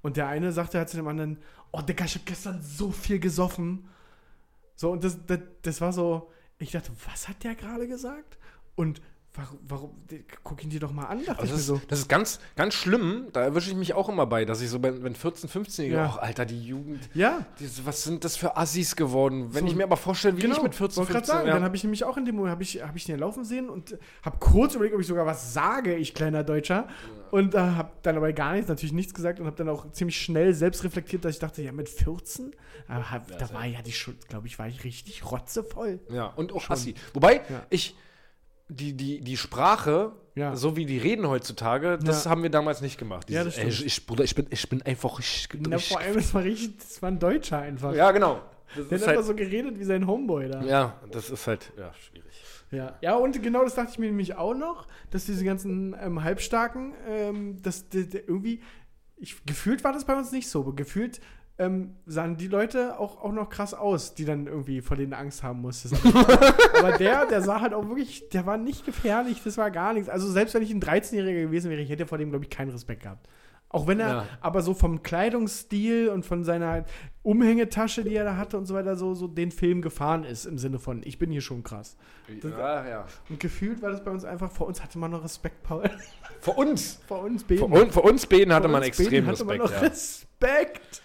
Speaker 4: Und der eine sagte halt zu dem anderen, oh Digga, ich habe gestern so viel gesoffen. So, und das, das, das war so, ich dachte, was hat der gerade gesagt? Und warum, warum, guck ihn dir doch mal an, dachte
Speaker 3: Also
Speaker 4: ich mir
Speaker 3: das,
Speaker 4: so.
Speaker 3: ist, das ist ganz, ganz schlimm. Da erwische ich mich auch immer bei, dass ich so, wenn, wenn 14, 15-Jährige,
Speaker 4: Ja.
Speaker 3: ach Alter, die Jugend,
Speaker 4: Ja,
Speaker 3: diese, was sind das für Assis geworden? Wenn
Speaker 4: So,
Speaker 3: ich mir aber vorstelle, wie
Speaker 4: genau.
Speaker 3: ich mit 14, 15
Speaker 4: Wollte gerade sagen,
Speaker 3: ja.
Speaker 4: dann habe ich nämlich auch in dem Moment, habe ich, hab ich den laufen sehen und habe kurz überlegt, ob ich sogar was sage, ich kleiner Deutscher. Und äh, habe dann aber gar nichts, natürlich nichts gesagt und habe dann auch ziemlich schnell selbst reflektiert, dass ich dachte, ja, mit 14, äh, hab, da war ja die Schuld, glaube ich, war ich richtig rotzevoll.
Speaker 3: Ja, und auch Assi. Wobei,
Speaker 4: Ja.
Speaker 3: ich, die, die, die Sprache,
Speaker 4: Ja.
Speaker 3: so wie die reden heutzutage, das
Speaker 4: Ja.
Speaker 3: haben wir damals nicht gemacht.
Speaker 4: Ja,
Speaker 3: Dieses,
Speaker 4: das stimmt.
Speaker 3: ey, ich, Bruder, ich bin, ich bin einfach. Ich,
Speaker 4: Na,
Speaker 3: ich,
Speaker 4: vor allem, das war richtig, das war ein Deutscher einfach.
Speaker 3: ja, genau. Das
Speaker 4: Der
Speaker 3: ist
Speaker 4: hat halt,
Speaker 3: halt,
Speaker 4: so geredet wie sein Homeboy da.
Speaker 3: ja, das ist halt, ja, schwierig.
Speaker 4: Ja. ja, und genau das dachte ich mir nämlich auch noch, dass diese ganzen ähm, Halbstarken, ähm, dass der, der irgendwie, ich, gefühlt war das bei uns nicht so, aber gefühlt ähm, sahen die Leute auch, auch noch krass aus, die dann irgendwie vor denen Angst haben mussten. aber der, der sah halt auch wirklich, der war nicht gefährlich, das war gar nichts. Also selbst wenn ich ein 13-Jähriger gewesen wäre, ich hätte vor dem, glaube ich, keinen Respekt gehabt. Auch wenn er,
Speaker 3: Ja.
Speaker 4: aber so vom Kleidungsstil und von seiner Umhängetasche, die er da hatte und so weiter, so, so den Film gefahren ist, im Sinne von, ich bin hier schon krass. Das-
Speaker 3: ja, ja.
Speaker 4: Und gefühlt war das bei uns einfach, vor uns hatte man noch Respekt, Paul. *laughs*
Speaker 3: Vor uns,
Speaker 4: Vor uns Beten.
Speaker 3: vor, un, vor uns Beden hatte
Speaker 4: Vor
Speaker 3: man
Speaker 4: uns
Speaker 3: extrem
Speaker 4: Beten
Speaker 3: Respekt.
Speaker 4: Hatte man noch
Speaker 3: ja.
Speaker 4: Respekt.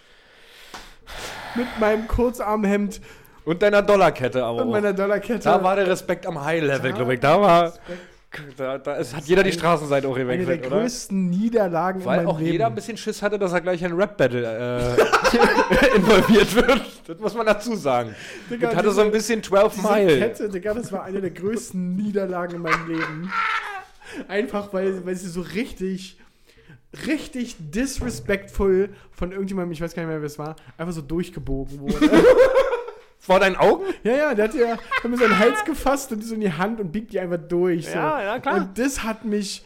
Speaker 4: Mit meinem Kurzarmhemd
Speaker 3: Und deiner Dollarkette aber
Speaker 4: und
Speaker 3: auch.
Speaker 4: meiner Dollarkette.
Speaker 3: Oh. Da war der Respekt am High-Level,
Speaker 4: Da-
Speaker 3: glaube ich. Da war,
Speaker 4: Respekt.
Speaker 3: da, da ist, hat jeder die Straßenseite auch
Speaker 4: eine der
Speaker 3: gewechselt, oder?
Speaker 4: größten Niederlagen in
Speaker 3: Weil
Speaker 4: meinem
Speaker 3: auch
Speaker 4: Leben.
Speaker 3: jeder ein bisschen Schiss hatte, dass er gleich in ein Rap-Battle äh, *laughs* involviert wird. Das muss man dazu sagen.
Speaker 4: Digga,
Speaker 3: das hatte so ein bisschen 12
Speaker 4: diese
Speaker 3: Mile.
Speaker 4: Kette, Digga, das war eine der größten Niederlagen in meinem Leben. Einfach, weil, weil sie so richtig, richtig disrespectful von irgendjemandem, ich weiß gar nicht mehr, wer es war, einfach so durchgebogen wurde.
Speaker 3: Vor deinen Augen?
Speaker 4: Ja, ja, der hat ja hat mir seinen Hals gefasst und die so in die Hand und biegt die einfach durch. So.
Speaker 3: Ja, ja, klar.
Speaker 4: Und das hat mich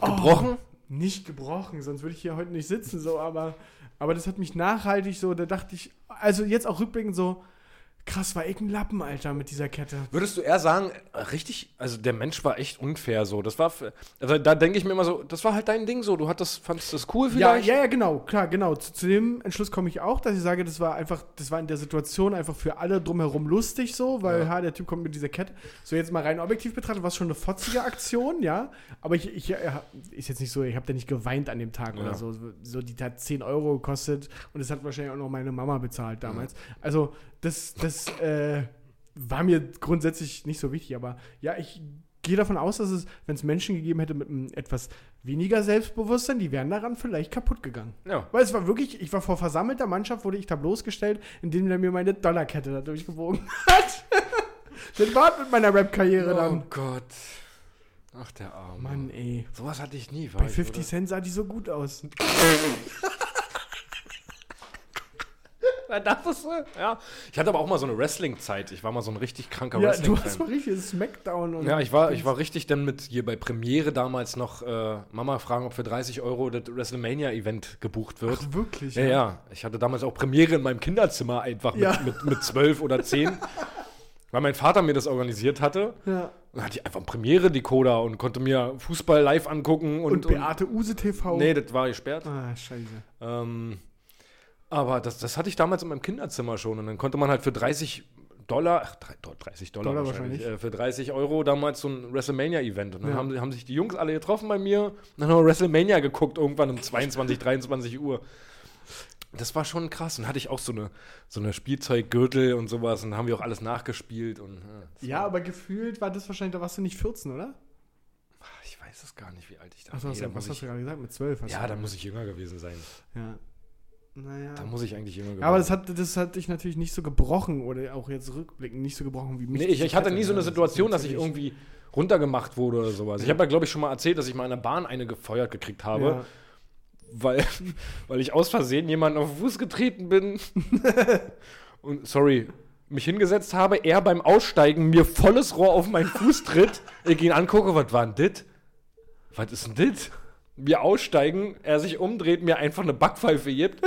Speaker 3: Gebrochen?
Speaker 4: Oh, nicht gebrochen, sonst würde ich hier heute nicht sitzen, so, aber, aber das hat mich nachhaltig so, da dachte ich, also jetzt auch rückblickend so, krass, war ich ein Lappen, Alter, mit dieser Kette.
Speaker 3: Würdest du eher sagen, äh, richtig, also der Mensch war echt unfair so. Das war, f- also da denke ich mir immer so, das war halt dein Ding so. Du hattest, fandest das cool
Speaker 4: Ja,
Speaker 3: vielleicht?
Speaker 4: ja, ja, genau, klar, genau. Zu, zu dem Entschluss komme ich auch, dass ich sage, das war einfach, das war in der Situation einfach für alle drumherum lustig so, weil ha, der Typ kommt mit dieser Kette. So jetzt mal rein objektiv betrachtet, war es schon eine fotzige Aktion, ja. Aber ich, ich, äh, ist jetzt nicht so, ich habe da nicht geweint an dem Tag
Speaker 3: Ja.
Speaker 4: oder so. So, die hat 10 Euro gekostet und das hat wahrscheinlich auch noch meine Mama bezahlt damals. Also, das, das, äh, war mir grundsätzlich nicht so wichtig, aber ja, ich gehe davon aus, dass es, wenn es Menschen gegeben hätte mit einem etwas weniger Selbstbewusstsein, die wären daran vielleicht kaputt gegangen.
Speaker 3: Ja.
Speaker 4: Weil es war wirklich, ich war vor versammelter Mannschaft, wurde ich da bloßgestellt, indem der mir meine Dollarkette da durchgebogen *laughs* hat. das war mit meiner Rap-Karriere
Speaker 3: Oh
Speaker 4: dann.
Speaker 3: Gott. Ach, der Arme.
Speaker 4: Mann, ey.
Speaker 3: Sowas hatte ich nie. war
Speaker 4: Bei
Speaker 3: ich,
Speaker 4: 50
Speaker 3: oder?
Speaker 4: Cent sah die so gut aus.
Speaker 3: Na, das ist, äh, ja. Ich hatte aber auch mal so eine Wrestling-Zeit. Ich war mal so ein richtig kranker
Speaker 4: Ja, du hast
Speaker 3: Wrestling-Fan.
Speaker 4: mal richtig Smackdown und.
Speaker 3: Ja, ich war, ich war richtig dann mit hier bei Premiere damals noch äh, Mama fragen, ob für 30 Euro das WrestleMania-Event gebucht wird.
Speaker 4: Ach, wirklich.
Speaker 3: ja, ja. Ich hatte damals auch Premiere in meinem Kinderzimmer einfach mit,
Speaker 4: Ja.
Speaker 3: mit, mit 12 oder
Speaker 4: *laughs*
Speaker 3: 10. Weil mein Vater mir das organisiert hatte.
Speaker 4: ja.
Speaker 3: Dann hatte ich einfach einen Premiere-Decoder und konnte mir Fußball live angucken.
Speaker 4: Und,
Speaker 3: Und,
Speaker 4: Beate Use TV.
Speaker 3: nee, das war gesperrt.
Speaker 4: Ah, scheiße.
Speaker 3: Ähm, aber das, das hatte ich damals in meinem Kinderzimmer schon. Und dann konnte man halt für 30 Dollar, ach, drei- do- 30 Dollar,
Speaker 4: Dollar
Speaker 3: wahrscheinlich,
Speaker 4: wahrscheinlich.
Speaker 3: Äh, für 30 Euro damals so ein WrestleMania-Event. Und dann
Speaker 4: Ja.
Speaker 3: haben, sie- haben sich die Jungs alle getroffen bei mir. Und dann haben wir WrestleMania geguckt, irgendwann um
Speaker 4: *laughs*
Speaker 3: 22, 23 Uhr. Das war schon krass. Und hatte ich auch so eine, so eine Spielzeuggürtel und sowas. Und haben wir auch alles nachgespielt. Und, äh, ja, das
Speaker 4: Ja,
Speaker 3: war-
Speaker 4: aber gefühlt war das wahrscheinlich, da warst du nicht 14, oder?
Speaker 3: ich weiß es gar nicht, wie alt ich da
Speaker 4: Ach, so,
Speaker 3: Nee,
Speaker 4: hast
Speaker 3: da
Speaker 4: du, was
Speaker 3: muss
Speaker 4: hast du
Speaker 3: ich,
Speaker 4: gerade gesagt? Mit 12 hast
Speaker 3: Ja,
Speaker 4: du
Speaker 3: da muss ich jünger gewesen sein.
Speaker 4: Ja. Naja.
Speaker 3: Da muss ich eigentlich jünger gewesen
Speaker 4: Ja, aber das hat, das hat dich natürlich nicht so gebrochen oder auch jetzt rückblickend nicht so gebrochen wie mich.
Speaker 3: Nee, ich, ich hatte nie so eine
Speaker 4: Das ist
Speaker 3: Situation, dass ich
Speaker 4: natürlich-
Speaker 3: irgendwie runtergemacht wurde oder sowas. Ich habe ja, glaube ich, schon mal erzählt, dass ich mal in der Bahn eine gefeuert gekriegt habe,
Speaker 4: Ja.
Speaker 3: weil, *laughs* weil ich aus Versehen jemanden auf den Fuß getreten *laughs* bin und, sorry, mich hingesetzt habe, er beim Aussteigen mir volles Rohr auf meinen Fuß *laughs* tritt, ich ihn angucke, was war denn dit? Was ist denn dit? Wir *laughs* aussteigen, er sich umdreht, mir einfach eine Backpfeife gibt.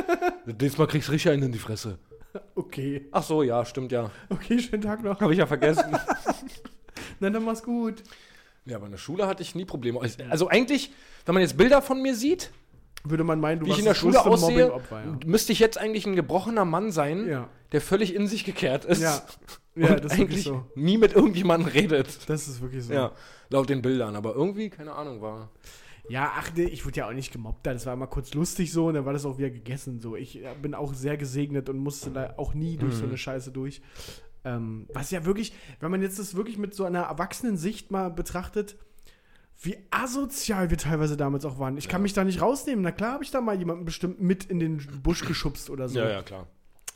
Speaker 3: Diesmal kriegst du richtig einen in die Fresse.
Speaker 4: Okay. *laughs*
Speaker 3: Ach so, ja, stimmt ja.
Speaker 4: Okay, schönen Tag noch.
Speaker 3: Habe ich ja *laughs* vergessen.
Speaker 4: Na, dann mach's gut.
Speaker 3: ja, aber in der Schule hatte ich nie Probleme. Also eigentlich, wenn man jetzt Bilder von mir sieht,
Speaker 4: Würde man meinen, du
Speaker 3: wie ich
Speaker 4: warst
Speaker 3: in der
Speaker 4: das
Speaker 3: Schule
Speaker 4: größte
Speaker 3: aussehe,
Speaker 4: Mobbingopfer, ja.
Speaker 3: müsste ich jetzt eigentlich ein gebrochener Mann sein,
Speaker 4: Ja.
Speaker 3: der völlig in sich gekehrt ist. *laughs*
Speaker 4: Ja. Ja,
Speaker 3: und
Speaker 4: das ist wirklich
Speaker 3: eigentlich
Speaker 4: so.
Speaker 3: nie mit irgendjemandem redet.
Speaker 4: Das ist wirklich so.
Speaker 3: Ja, laut den Bildern. Aber irgendwie, keine Ahnung, war.
Speaker 4: Ja, ach, nee, ich wurde ja auch nicht gemobbt. da. Das war immer kurz lustig so und dann war das auch wieder gegessen. So. Ich äh, bin auch sehr gesegnet und musste da auch nie durch
Speaker 3: Mhm.
Speaker 4: so eine Scheiße durch. Ähm, was ja wirklich, wenn man jetzt das wirklich mit so einer erwachsenen Sicht mal betrachtet, wie asozial wir teilweise damals auch waren. Ich kann mich da nicht rausnehmen. Na klar habe ich da mal jemanden bestimmt mit in den Busch geschubst oder so.
Speaker 3: klar.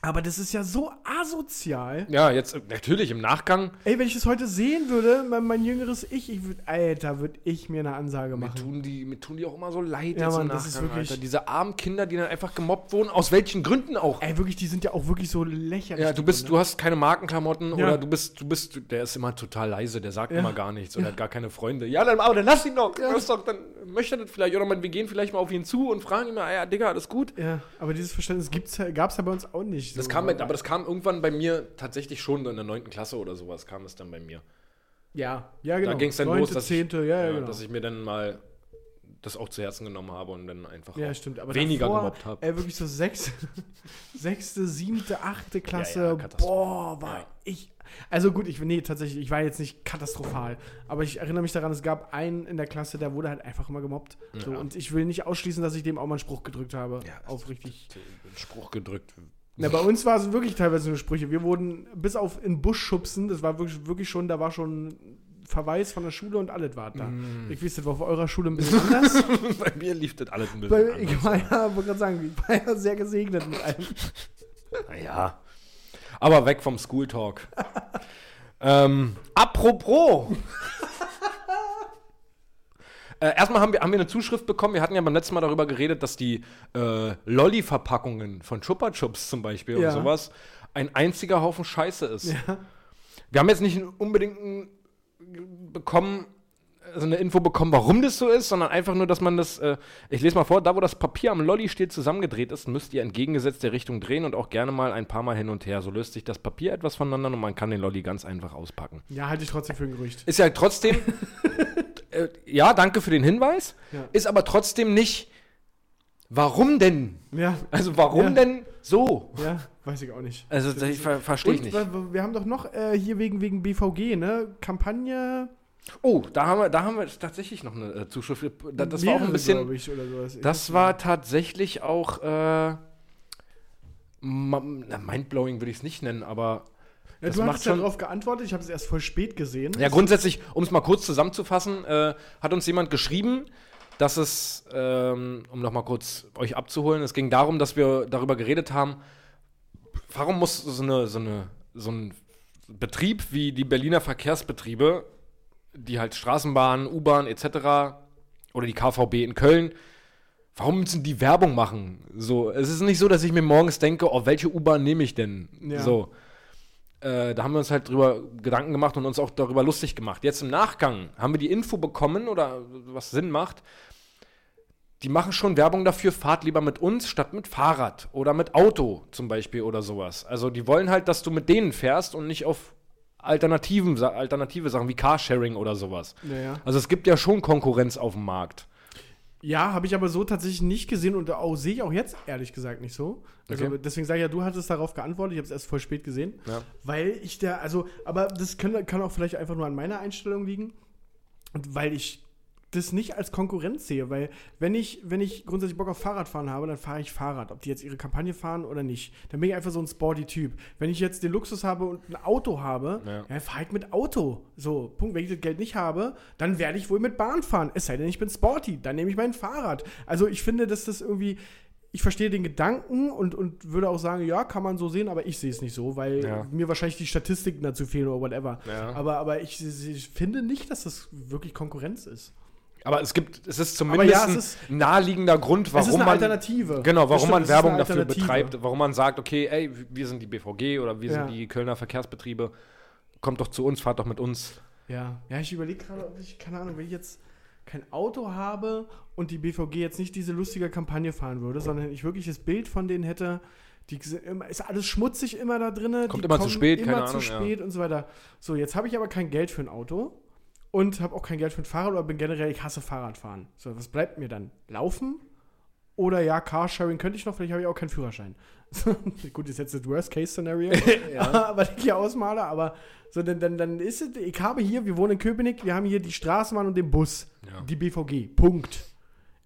Speaker 4: Aber das ist ja so asozial.
Speaker 3: Ja, jetzt äh, natürlich im Nachgang.
Speaker 4: Ey, wenn ich das heute sehen würde, mein, mein jüngeres Ich, ich würde, Alter, würde ich mir eine Ansage
Speaker 3: Mir
Speaker 4: machen.
Speaker 3: tun, die, mir tun die auch immer so leid
Speaker 4: Ja,
Speaker 3: jetzt im
Speaker 4: Mann, das ist
Speaker 3: Nachgang,
Speaker 4: wirklich-
Speaker 3: Alter. Diese armen Kinder, die dann einfach gemobbt wurden, aus welchen Gründen auch.
Speaker 4: Ey, wirklich, die sind ja auch wirklich so lächerlich.
Speaker 3: Ja, du bist, du hast keine Markenklamotten
Speaker 4: Ja.
Speaker 3: oder du bist, du bist, der ist immer total leise, der sagt
Speaker 4: Ja.
Speaker 3: immer gar nichts oder hat gar keine Freunde. Ja, dann, aber dann lass ihn doch. Lass doch, dann möchte er das vielleicht. Oder man, wir gehen vielleicht mal auf ihn zu und fragen ihn mal, "Ah ja, Digga, alles gut.
Speaker 4: Ja, aber dieses Verständnis gibt's ja, gab's ja bei uns auch nicht.
Speaker 3: Das
Speaker 4: so.
Speaker 3: kam, mit- aber das kam irgendwann bei mir tatsächlich schon in der 9. Klasse oder sowas, kam es dann bei mir.
Speaker 4: Ja, ja, genau.
Speaker 3: Da ging es dann
Speaker 4: Neunte,
Speaker 3: los, dass,
Speaker 4: Zehnte,
Speaker 3: ich,
Speaker 4: ja, ja,
Speaker 3: ja,
Speaker 4: genau.
Speaker 3: dass ich mir dann mal das auch zu Herzen genommen habe und dann einfach
Speaker 4: ja,
Speaker 3: auch
Speaker 4: stimmt. Aber
Speaker 3: weniger
Speaker 4: davor,
Speaker 3: gemobbt habe.
Speaker 4: Ey, wirklich so sechs, *laughs* sechste, siebte, achte Klasse.
Speaker 3: Ja, ja, Katastrophe.
Speaker 4: boah, war
Speaker 3: Ja.
Speaker 4: ich. Also gut, ich nee, tatsächlich, ich war jetzt nicht katastrophal, aber ich erinnere mich daran, es gab einen in der Klasse, der wurde halt einfach immer gemobbt. So, und ich will nicht ausschließen, dass ich dem auch mal einen Spruch gedrückt habe.
Speaker 3: Ja, das
Speaker 4: auf
Speaker 3: ist-
Speaker 4: richtig.
Speaker 3: einen Spruch gedrückt. *laughs*
Speaker 4: Na, bei uns war es wirklich teilweise nur Sprüche. Wir wurden bis auf in den Busch schubsen, das war wirklich, wirklich schon, da war schon Verweis von der Schule und alles war da. Ich weiß, das war auf eurer Schule ein bisschen anders.
Speaker 3: bei mir lief das alles ein bisschen
Speaker 4: weil
Speaker 3: anders.
Speaker 4: ich war ja, wollte gerade sagen, ich war ja sehr gesegnet mit allem.
Speaker 3: Ja. Aber weg vom School Talk. ähm, apropos. äh, erstmal haben wir, haben wir eine Zuschrift bekommen. Wir hatten ja beim letzten Mal darüber geredet, dass die äh, Lolli-Verpackungen von Chupa Chups zum Beispiel
Speaker 4: Ja.
Speaker 3: und sowas ein einziger Haufen Scheiße ist. Wir haben jetzt nicht unbedingt einen bekommen, also eine Info bekommen, warum das so ist, sondern einfach nur, dass man das, äh, ich lese mal vor, da wo das Papier am Lolli steht, zusammengedreht ist, müsst ihr entgegengesetzt der Richtung drehen und auch gerne mal ein paar Mal hin und her. So löst sich das Papier etwas voneinander und man kann den Lolli ganz einfach auspacken.
Speaker 4: Ja, halte ich trotzdem für ein Gerücht.
Speaker 3: Ist ja *laughs* trotzdem, äh, ja, danke für den Hinweis,
Speaker 4: Ja.
Speaker 3: ist aber trotzdem nicht, warum denn?
Speaker 4: Ja,
Speaker 3: Also warum
Speaker 4: Ja.
Speaker 3: denn so?
Speaker 4: ja, weiß ich auch nicht.
Speaker 3: Also das- ich ver verstehe ich
Speaker 4: Und
Speaker 3: nicht.
Speaker 4: wa- wa- wir haben doch noch äh, hier wegen, wegen BVG, ne? Kampagne.
Speaker 3: Oh, da haben wir, da haben wir tatsächlich noch eine äh, Zuschrift. Da, das war auch
Speaker 4: mehrere,
Speaker 3: ein bisschen.
Speaker 4: glaub Ich, oder sowas. Ich
Speaker 3: Das war tatsächlich auch äh, ma- na, mindblowing würde ich es nicht nennen, aber
Speaker 4: ja,
Speaker 3: das
Speaker 4: du
Speaker 3: macht
Speaker 4: hast ja
Speaker 3: schon.
Speaker 4: darauf geantwortet, ich habe es erst voll spät gesehen.
Speaker 3: Ja, grundsätzlich, um es mal kurz zusammenzufassen, äh, hat uns jemand geschrieben, dass es, ähm, um nochmal kurz euch abzuholen, es ging darum, dass wir darüber geredet haben, warum muss so, eine, so, eine, so ein Betrieb wie die Berliner Verkehrsbetriebe, die halt Straßenbahn, U-Bahn etc. oder die KVB in Köln, warum müssen die Werbung machen? So, es ist nicht so, dass ich mir morgens denke, oh, welche U-Bahn nehme ich denn?
Speaker 4: Ja.
Speaker 3: So. Äh, da haben wir uns halt drüber Gedanken gemacht und uns auch darüber lustig gemacht. Jetzt im Nachgang haben wir die Info bekommen oder was Sinn macht. Die machen schon Werbung dafür, fahrt lieber mit uns statt mit Fahrrad oder mit Auto zum Beispiel oder sowas. Also die wollen halt, dass du mit denen fährst und nicht auf Alternativen, Sa- alternative Sachen wie Carsharing oder sowas.
Speaker 4: Ja, ja.
Speaker 3: Also es gibt ja schon Konkurrenz auf dem Markt.
Speaker 4: Ja, habe ich aber so tatsächlich nicht gesehen und auch, sehe ich auch jetzt ehrlich gesagt nicht so. Also
Speaker 3: Okay.
Speaker 4: deswegen sage ich ja, du hattest darauf geantwortet, ich habe es erst voll spät gesehen.
Speaker 3: Ja.
Speaker 4: Weil ich da, also, aber das kann, kann auch vielleicht einfach nur an meiner Einstellung liegen. Und weil ich das nicht als Konkurrenz sehe, weil wenn ich, wenn ich grundsätzlich Bock auf Fahrradfahren habe, dann fahre ich Fahrrad, ob die jetzt ihre Kampagne fahren oder nicht. Dann bin ich einfach so ein sporty Typ. Wenn ich jetzt den Luxus habe und ein Auto habe,
Speaker 3: Ja.
Speaker 4: dann fahre ich mit Auto. So, Punkt. Wenn ich das Geld nicht habe, dann werde ich wohl mit Bahn fahren. Es sei denn, ich bin sporty, dann nehme ich mein Fahrrad. Also ich finde, dass das irgendwie, ich verstehe den Gedanken und, und würde auch sagen, ja, kann man so sehen, aber ich sehe es nicht so, weil
Speaker 3: Ja.
Speaker 4: mir wahrscheinlich die Statistiken dazu fehlen oder whatever.
Speaker 3: Ja.
Speaker 4: Aber, aber ich, ich finde nicht, dass das wirklich Konkurrenz ist.
Speaker 3: Aber es gibt, es ist
Speaker 4: Aber
Speaker 3: zumindest
Speaker 4: ja, es
Speaker 3: ein
Speaker 4: ist-
Speaker 3: naheliegender Grund, warum
Speaker 4: es ist eine
Speaker 3: man
Speaker 4: Alternative.
Speaker 3: genau,
Speaker 4: Das
Speaker 3: warum
Speaker 4: stimmt, es
Speaker 3: man
Speaker 4: ist eine
Speaker 3: Werbung dafür
Speaker 4: Alternative.
Speaker 3: betreibt, warum man sagt, okay, ey, wir sind die BVG oder wir
Speaker 4: Ja.
Speaker 3: sind die Kölner Verkehrsbetriebe, kommt doch zu uns, fahrt doch mit uns.
Speaker 4: Ja, ja ich überlege gerade, ob ich, keine Ahnung, wenn ich jetzt kein Auto habe und die BVG jetzt nicht diese lustige Kampagne fahren würde, sondern ich wirklich das Bild von denen hätte, Die sind immer, ist alles schmutzig immer da drin.
Speaker 3: Kommt immer zu spät,
Speaker 4: immer
Speaker 3: keine
Speaker 4: zu
Speaker 3: Ahnung, ja.
Speaker 4: spät und so weiter. So, jetzt habe ich aber kein Geld für ein Auto und habe auch kein Geld für ein Fahrrad oder bin generell, ich hasse Fahrradfahren. So, was bleibt mir dann? Laufen? Oder ja, Carsharing könnte ich noch, vielleicht habe ich auch keinen Führerschein. *laughs* Gut, ist jetzt
Speaker 3: *laughs*
Speaker 4: das Worst-Case-Szenario, *laughs* was ich hier ausmale, aber so, dann, dann, dann ist es, ich habe hier, wir wohnen in Köpenick, wir haben hier die Straßenbahn und den Bus,
Speaker 3: Ja.
Speaker 4: die BVG, Punkt.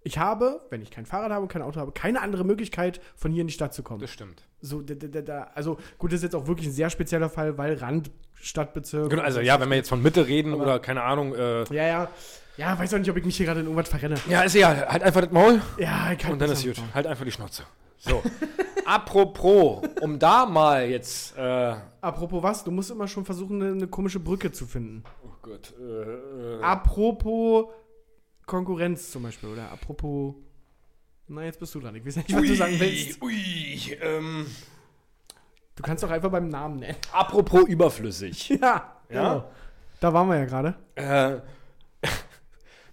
Speaker 4: Ich habe, wenn ich kein Fahrrad habe und kein Auto habe, keine andere Möglichkeit, von hier in die Stadt zu kommen.
Speaker 3: Das stimmt.
Speaker 4: So, da, da, da, da, also gut, das ist jetzt auch wirklich ein sehr spezieller Fall, weil Rand, Stadtbezirk.
Speaker 3: Genau, also ja, wenn wir jetzt von Mitte reden oder keine Ahnung. Äh,
Speaker 4: Ja, ja. Ja, weiß auch nicht, ob ich mich hier gerade in irgendwas verrenne.
Speaker 3: ja, ist egal. Halt einfach das Maul
Speaker 4: Ja, ich kann
Speaker 3: und dann ist
Speaker 4: nicht
Speaker 3: gut. Halt einfach die Schnauze. So. *laughs* Apropos, um da mal jetzt. Äh,
Speaker 4: Apropos was, du musst immer schon versuchen, eine, eine komische Brücke zu finden.
Speaker 3: oh Gott. Äh, äh,
Speaker 4: Apropos Konkurrenz zum Beispiel, oder apropos. Na, jetzt bist du dran. Ich weiß nicht, was du sagen willst.
Speaker 3: Ui, ähm,
Speaker 4: Du kannst doch einfach beim Namen nennen.
Speaker 3: apropos überflüssig.
Speaker 4: Ja,
Speaker 3: *laughs* Ja?
Speaker 4: genau. Da waren wir ja gerade.
Speaker 3: Äh, *laughs*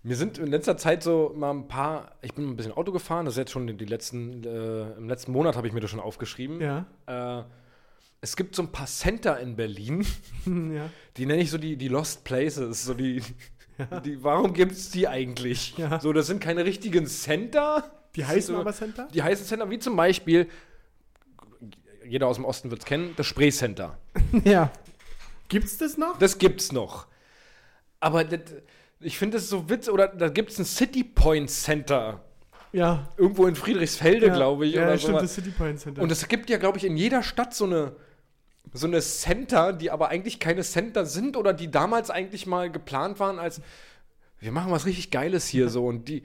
Speaker 3: mir sind in letzter Zeit so mal ein paar. Ich bin ein bisschen Auto gefahren. Das ist jetzt schon die letzten. Äh, Im letzten Monat habe ich mir das schon aufgeschrieben.
Speaker 4: Ja. *laughs*
Speaker 3: Äh, es gibt so ein paar Center in Berlin,
Speaker 4: Hm, ja.
Speaker 3: die nenne ich so die, die Lost Places. So
Speaker 4: *laughs*
Speaker 3: die, die, warum gibt es die eigentlich?
Speaker 4: Ja.
Speaker 3: So, das sind keine richtigen Center.
Speaker 4: Die
Speaker 3: Das
Speaker 4: heißen
Speaker 3: sind so,
Speaker 4: aber Center?
Speaker 3: Die heißen Center, wie zum Beispiel, jeder aus dem Osten wird es kennen, das Spree Center.
Speaker 4: *laughs* Ja. Gibt's das noch?
Speaker 3: Das gibt's noch. Aber das, ich finde das so witzig. Oder da gibt es ein City Point Center.
Speaker 4: Ja.
Speaker 3: Irgendwo in Friedrichsfelde,
Speaker 4: Ja.
Speaker 3: glaube ich.
Speaker 4: Ja,
Speaker 3: oder
Speaker 4: stimmt,
Speaker 3: so.
Speaker 4: das City Point Center.
Speaker 3: Und es gibt ja, glaube ich, in jeder Stadt so eine, so eine Center, die aber eigentlich keine Center sind oder die damals eigentlich mal geplant waren als, wir machen was richtig Geiles hier so und die,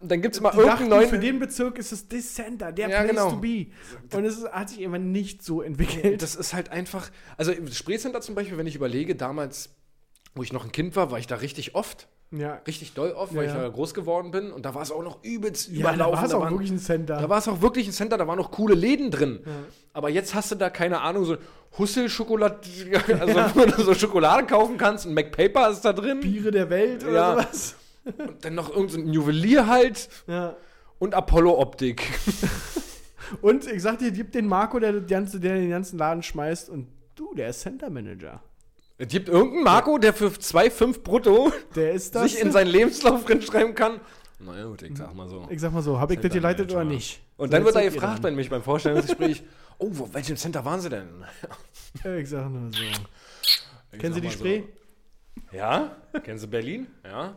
Speaker 3: und dann gibt es mal
Speaker 4: Die dachten,
Speaker 3: irgendeinen neuen...
Speaker 4: für den Bezirk ist es this center, der
Speaker 3: Ja,
Speaker 4: place
Speaker 3: genau.
Speaker 4: to be. Und es ist, hat sich irgendwann nicht so entwickelt.
Speaker 3: Das ist halt einfach, also im Spreecenter zum Beispiel, wenn ich überlege, damals, wo ich noch ein Kind war, war ich da richtig oft,
Speaker 4: ja,
Speaker 3: richtig doll oft, weil
Speaker 4: Ja.
Speaker 3: ich da groß geworden bin und da war es auch noch übelst
Speaker 4: ja da
Speaker 3: überlaufen.
Speaker 4: war es auch
Speaker 3: waren-
Speaker 4: wirklich ein Center.
Speaker 3: Da war es auch wirklich ein Center, da waren auch coole Läden drin. Aber jetzt hast du da, keine Ahnung, so Hussel-Schokolade, *laughs* also wo du so Schokolade kaufen kannst, ein McPaper ist da drin.
Speaker 4: Biere der Welt oder
Speaker 3: Ja.
Speaker 4: sowas.
Speaker 3: Und dann noch irgendein Juwelier halt
Speaker 4: Ja.
Speaker 3: und Apollo-Optik.
Speaker 4: Und ich sag dir, gib den Marco, der, den ganzen- der den ganzen Laden schmeißt und du, der ist Center Manager.
Speaker 3: Es gibt irgendeinen Marco, der für 2,5 brutto
Speaker 4: Der ist das.
Speaker 3: sich in seinen Lebenslauf reinschreiben kann. Na gut, ich sag mal so.
Speaker 4: ich sag mal so, hab ich das
Speaker 3: Center
Speaker 4: geleitet oder
Speaker 3: Manager.
Speaker 4: nicht?
Speaker 3: Und dann
Speaker 4: So,
Speaker 3: wird
Speaker 4: jetzt
Speaker 3: er
Speaker 4: seid ihr
Speaker 3: gefragt bei mich beim Vorstellungsgespräch, *laughs* oh, wo, welchem Center waren sie denn?
Speaker 4: dran. Ich sag nur so.
Speaker 3: Ich
Speaker 4: Kennen
Speaker 3: sag
Speaker 4: Sie die
Speaker 3: mal
Speaker 4: Spree?
Speaker 3: So. Ja? Kennen Sie Berlin? Ja?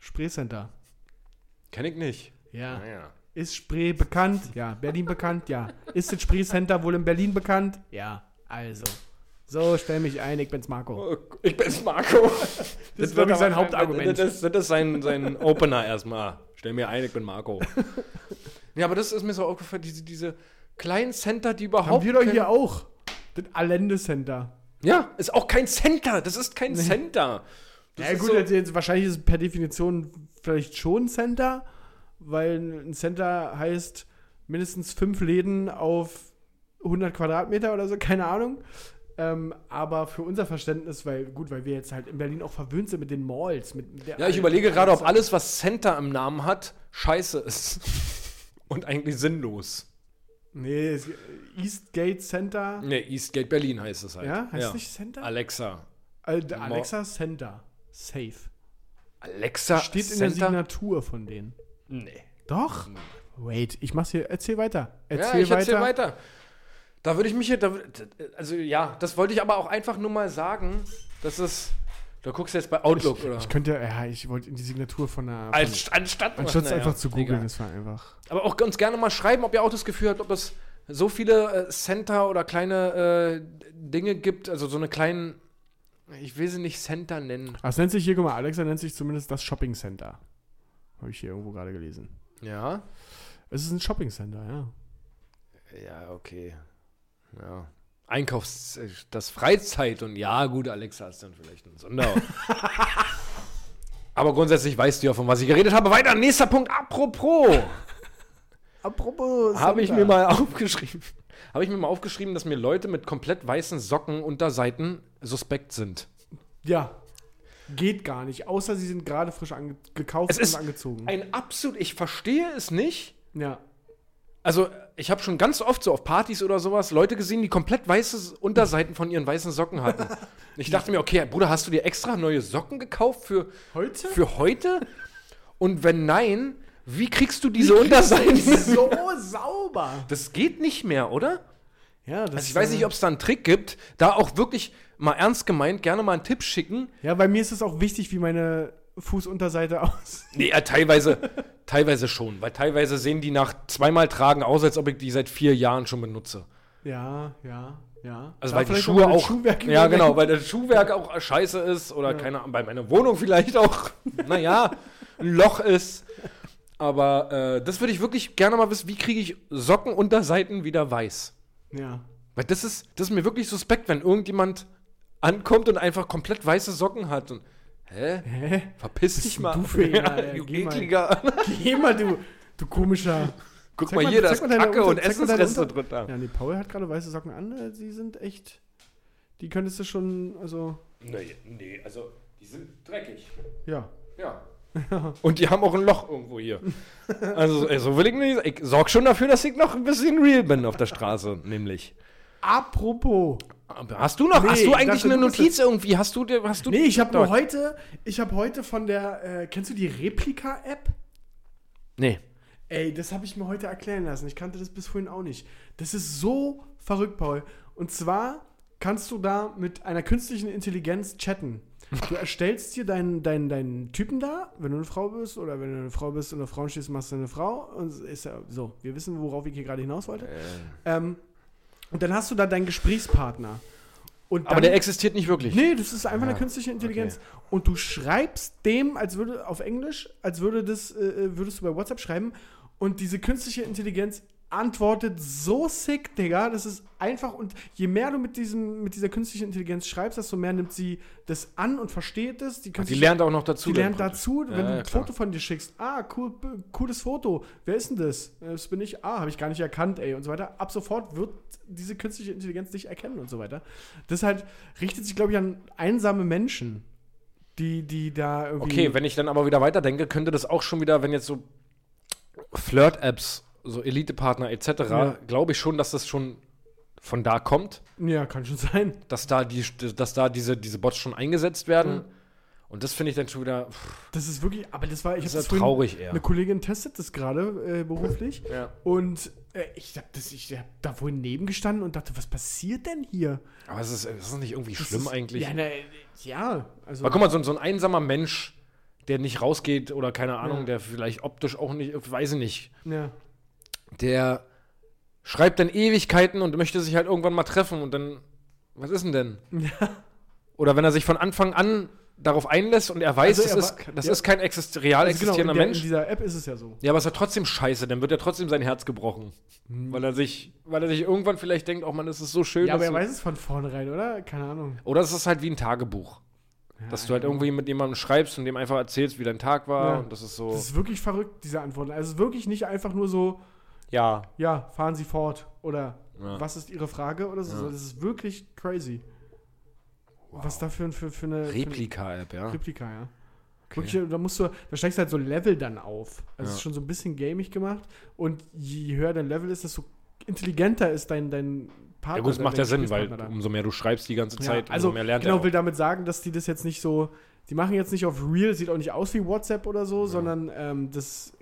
Speaker 4: Spree Center.
Speaker 3: Kenn ich nicht.
Speaker 4: Ja.
Speaker 3: Naja.
Speaker 4: Ist Spree bekannt? Ja. Berlin bekannt? Ja. Ist das Spree Center wohl in Berlin bekannt? Ja. Also. So, stell mich ein, ich bin's
Speaker 3: Oh.
Speaker 4: Marco.
Speaker 3: Ich bin's Marco.
Speaker 4: Das ist, glaub ich, sein
Speaker 3: aber-
Speaker 4: Hauptargument.
Speaker 3: Das, das ist sein, sein Opener erstmal. Stell mir ein, ich bin
Speaker 4: *laughs*
Speaker 3: Marco. ja, aber das ist mir so aufgefallen, diese, diese kleinen Center, die überhaupt.
Speaker 4: Haben wir doch
Speaker 3: kein-
Speaker 4: hier auch. Das Allende Center.
Speaker 3: Ja, ist auch kein Center. Das ist kein Center. Das
Speaker 4: Ja
Speaker 3: ist
Speaker 4: gut,
Speaker 3: so-
Speaker 4: jetzt, jetzt wahrscheinlich ist es per Definition vielleicht schon ein Center, weil ein Center heißt mindestens fünf Läden auf 100 Quadratmeter oder so, keine Ahnung. Ähm, aber für unser Verständnis, weil gut, weil wir jetzt halt in Berlin auch verwöhnt sind mit den Malls. Mit mit der
Speaker 3: ja, ich überlege gerade, ob alles, was Center im Namen hat, scheiße
Speaker 4: *laughs*
Speaker 3: ist. Und eigentlich sinnlos.
Speaker 4: Nee, es, äh, Eastgate Center.
Speaker 3: Ne, Eastgate Berlin heißt es halt.
Speaker 4: Ja, heißt nicht Center?
Speaker 3: Alexa.
Speaker 4: Al äh, Alexa Center. Safe.
Speaker 3: Alexa
Speaker 4: Steht in der Signatur von denen.
Speaker 3: Nee.
Speaker 4: Doch. Wait, ich mach's hier. Erzähl weiter.
Speaker 3: Mhm. ja, ich erzähl weiter. Da würde ich mich hier, da, wür- also ja, das wollte ich aber auch einfach nur mal sagen, dass es, da guckst du jetzt bei Outlook oder
Speaker 4: Ich könnte ja, ja, ich wollte in die Signatur von einer. Von,
Speaker 3: als, anstatt
Speaker 4: anstatt es
Speaker 3: Naja,
Speaker 4: einfach zu googeln,
Speaker 3: egal.
Speaker 4: das war einfach.
Speaker 3: Aber auch ganz gerne mal schreiben, ob ihr auch das Gefühl habt, ob es so viele äh, Center oder kleine äh, Dinge gibt, also so eine kleinen, ich will sie nicht Center nennen.
Speaker 4: Ah, es nennt sich hier, guck mal, Alexa nennt sich zumindest das Shopping Center. Habe ich hier irgendwo gerade gelesen.
Speaker 3: Ja.
Speaker 4: Es ist ein Shopping Center, ja.
Speaker 3: Ja, okay. Ja. Einkaufs-, äh, das Freizeit und ja, gut, Alexa ist dann vielleicht ein Sonder. Aber grundsätzlich weißt du ja, von was ich geredet habe. Weiter, nächster Punkt. Apropos,
Speaker 4: Apropos.
Speaker 3: habe ich mir mal aufgeschrieben. *laughs* Habe ich mir mal aufgeschrieben, dass mir Leute mit komplett weißen Socken Unterseiten suspekt sind.
Speaker 4: Ja. Geht gar nicht, außer sie sind gerade frisch ange gekauft
Speaker 3: Es ist
Speaker 4: und angezogen.
Speaker 3: Ein absolut, ich verstehe es nicht,
Speaker 4: Ja.
Speaker 3: Also, ich habe schon ganz oft so auf Partys oder sowas Leute gesehen, die komplett weiße Unterseiten von ihren weißen Socken *laughs* hatten. Ich dachte mir, okay, Bruder, hast du dir extra neue Socken gekauft für,
Speaker 4: Heute?
Speaker 3: für heute? Und wenn nein, wie kriegst du diese Unterseiten?
Speaker 4: *laughs* so sauber.
Speaker 3: *laughs* Das geht nicht mehr, oder?
Speaker 4: Ja, das äh,
Speaker 3: Also ich weiß nicht, ob es da einen Trick gibt, da auch wirklich mal ernst gemeint gerne mal einen Tipp schicken.
Speaker 4: Ja, bei mir ist es auch wichtig, wie meine Fußunterseite *laughs* aussieht.
Speaker 3: Nee, ja, teilweise, *laughs* teilweise schon, weil teilweise sehen die nach zweimal Tragen aus, als ob ich die seit vier Jahren schon benutze.
Speaker 4: Ja, ja, ja.
Speaker 3: Also
Speaker 4: Da
Speaker 3: weil die
Speaker 4: vielleicht
Speaker 3: Schuhe
Speaker 4: noch mal das
Speaker 3: auch,
Speaker 4: Schuhwerk
Speaker 3: ja genau,
Speaker 4: überdenken.
Speaker 3: weil das Schuhwerk auch scheiße ist oder keine Ahnung, bei meiner Wohnung vielleicht
Speaker 4: *laughs*
Speaker 3: auch, naja, ein Loch ist. Aber äh, das würde ich wirklich gerne mal wissen, wie kriege ich Sockenunterseiten wieder weiß?
Speaker 4: Ja.
Speaker 3: Weil das ist, das ist mir wirklich suspekt, wenn irgendjemand ankommt und einfach komplett weiße Socken hat und hä?
Speaker 4: Hä?
Speaker 3: Verpiss
Speaker 4: Bist
Speaker 3: dich
Speaker 4: denn
Speaker 3: mal.
Speaker 4: du für ein-
Speaker 3: *laughs* ja,
Speaker 4: Alter,
Speaker 3: du
Speaker 4: geh mal.
Speaker 3: ekliger.
Speaker 4: Geh mal, du, du komischer.
Speaker 3: Guck
Speaker 4: Zeig
Speaker 3: mal hier,
Speaker 4: zeig
Speaker 3: da ist
Speaker 4: deine
Speaker 3: Kacke
Speaker 4: Unter-
Speaker 3: und
Speaker 4: zeig mal deine
Speaker 3: Essensreste
Speaker 4: Unter-
Speaker 3: drunter.
Speaker 4: Ja, nee, Paul hat gerade weiße Socken an. äh, Sie sind echt. Die könntest du schon, also.
Speaker 3: Nee, nee, also die sind dreckig.
Speaker 4: Ja. *laughs*
Speaker 3: Ja. und die haben auch ein Loch irgendwo hier. Also, ey, so will ich nicht. Ich sorge schon dafür, dass ich noch ein bisschen real bin auf der Straße, nämlich.
Speaker 4: Apropos.
Speaker 3: Aber hast du noch,
Speaker 4: Nee,
Speaker 3: hast du
Speaker 4: ich
Speaker 3: eigentlich
Speaker 4: dachte,
Speaker 3: eine
Speaker 4: du bist
Speaker 3: Notiz irgendwie? Hast du dir, hast du.
Speaker 4: Nee, ich habe
Speaker 3: Dort.
Speaker 4: nur heute, ich habe heute von der, äh, kennst du die Replika-App?
Speaker 3: Nee.
Speaker 4: Ey, das habe ich mir heute erklären lassen. Ich kannte das bis vorhin auch nicht. Das ist so verrückt, Paul. Und zwar kannst du da mit einer künstlichen Intelligenz chatten.
Speaker 3: *laughs*
Speaker 4: Du erstellst dir deinen, deinen, deinen Typen da, wenn du eine Frau bist oder wenn du eine Frau bist und eine Frau stehst, machst du eine Frau. Und es ist ja so, wir wissen, worauf ich hier gerade hinaus
Speaker 3: Äh.
Speaker 4: wollte. Ähm, und dann hast du da deinen Gesprächspartner. Und
Speaker 3: Aber
Speaker 4: dann-
Speaker 3: der existiert nicht wirklich.
Speaker 4: Nee, das ist einfach
Speaker 3: Ah,
Speaker 4: eine künstliche Intelligenz. Und du schreibst dem, als würde auf Englisch, als würde das, äh, würdest du bei WhatsApp schreiben. Und diese künstliche Intelligenz antwortet so sick, Digga. Das ist einfach. Und je mehr du mit, diesem, mit dieser künstlichen Intelligenz schreibst, desto mehr nimmt sie das an und versteht es. Die,
Speaker 3: Die
Speaker 4: künstliche-
Speaker 3: lernt auch noch dazu.
Speaker 4: die
Speaker 3: dann
Speaker 4: lernt
Speaker 3: praktisch.
Speaker 4: dazu, wenn
Speaker 3: Ja,
Speaker 4: du ein
Speaker 3: ja, klar.
Speaker 4: Foto von dir schickst. Ah, cool, b- cooles Foto. Wer ist denn das? Äh, Das bin ich. Ah, habe ich gar nicht erkannt, ey. Und so weiter. Ab sofort wird diese künstliche Intelligenz dich erkennen und so weiter. Das halt richtet sich, glaube ich, an einsame Menschen, die, die da irgendwie.
Speaker 3: Okay, wenn ich dann aber wieder weiterdenke, könnte das auch schon wieder, wenn jetzt so Flirt-Apps, so Elite-Partner etc.,
Speaker 4: Ja.
Speaker 3: glaube ich schon, dass das schon von da kommt,
Speaker 4: ja, kann schon sein.
Speaker 3: dass da, die, dass da diese, diese Bots schon eingesetzt werden. Und das finde ich dann schon wieder. Pff,
Speaker 4: Das ist wirklich. Aber das war. Ich
Speaker 3: Das
Speaker 4: hab
Speaker 3: ist ja
Speaker 4: vorhin-
Speaker 3: traurig eher.
Speaker 4: Eine Kollegin testet das gerade äh, beruflich.
Speaker 3: Ja.
Speaker 4: Und äh, ich habe hab da wohl nebengestanden und dachte, was passiert denn hier?
Speaker 3: aber es ist, es ist nicht irgendwie
Speaker 4: Das
Speaker 3: schlimm
Speaker 4: ist-
Speaker 3: eigentlich.
Speaker 4: Ja, na, äh, ja also.
Speaker 3: aber guck mal, so, ein- so ein einsamer Mensch, der nicht rausgeht oder keine Ahnung, der vielleicht optisch auch nicht, weiß ich nicht,
Speaker 4: ja.
Speaker 3: der schreibt dann Ewigkeiten und möchte sich halt irgendwann mal treffen und dann, was ist denn denn? Oder wenn er sich von Anfang an darauf einlässt und er weiß,
Speaker 4: Also er
Speaker 3: das,
Speaker 4: wa-
Speaker 3: ist, das
Speaker 4: ja.
Speaker 3: ist kein exist real
Speaker 4: Also genau,
Speaker 3: existierender
Speaker 4: in, der, in
Speaker 3: Mensch.
Speaker 4: dieser App ist es ja so.
Speaker 3: Ja, aber ist ja trotzdem scheiße, dann wird ja trotzdem sein Herz gebrochen. Weil, er sich, weil er sich irgendwann vielleicht denkt, oh Mann, das ist so schön.
Speaker 4: Hm. Ja, aber
Speaker 3: dass
Speaker 4: er
Speaker 3: du-
Speaker 4: weiß es von vornherein, oder? Keine Ahnung.
Speaker 3: Oder es ist halt wie ein Tagebuch. dass du halt irgendwie mit jemandem schreibst und dem einfach erzählst, wie dein Tag war.
Speaker 4: genau. Ja.
Speaker 3: Und das ist so.
Speaker 4: Das ist wirklich verrückt, diese Antworten. Also es ist wirklich nicht einfach nur so,
Speaker 3: ja.
Speaker 4: ja, fahren Sie fort oder
Speaker 3: Ja.
Speaker 4: was ist Ihre Frage oder so.
Speaker 3: Ja.
Speaker 4: Das ist wirklich crazy. Was da für, für, für eine für eine
Speaker 3: Replika-App, ja.
Speaker 4: Replika, ja. Wirklich, äh, da musst du, da steigst du halt so Level dann auf. Also es
Speaker 3: Ja.
Speaker 4: ist schon so ein bisschen gamig gemacht. Und je höher dein Level ist, desto intelligenter ist dein, dein Partner.
Speaker 3: Ja, gut, das
Speaker 4: dein-
Speaker 3: macht
Speaker 4: dein
Speaker 3: ja Sinn, weil
Speaker 4: Gesprächspartner da.
Speaker 3: umso mehr du schreibst die ganze Zeit,
Speaker 4: also,
Speaker 3: umso mehr lernt
Speaker 4: genau,
Speaker 3: er. auch.
Speaker 4: will damit sagen, dass die das jetzt nicht so, die machen jetzt nicht auf Real, sieht auch nicht aus wie WhatsApp oder so, sondern ähm, das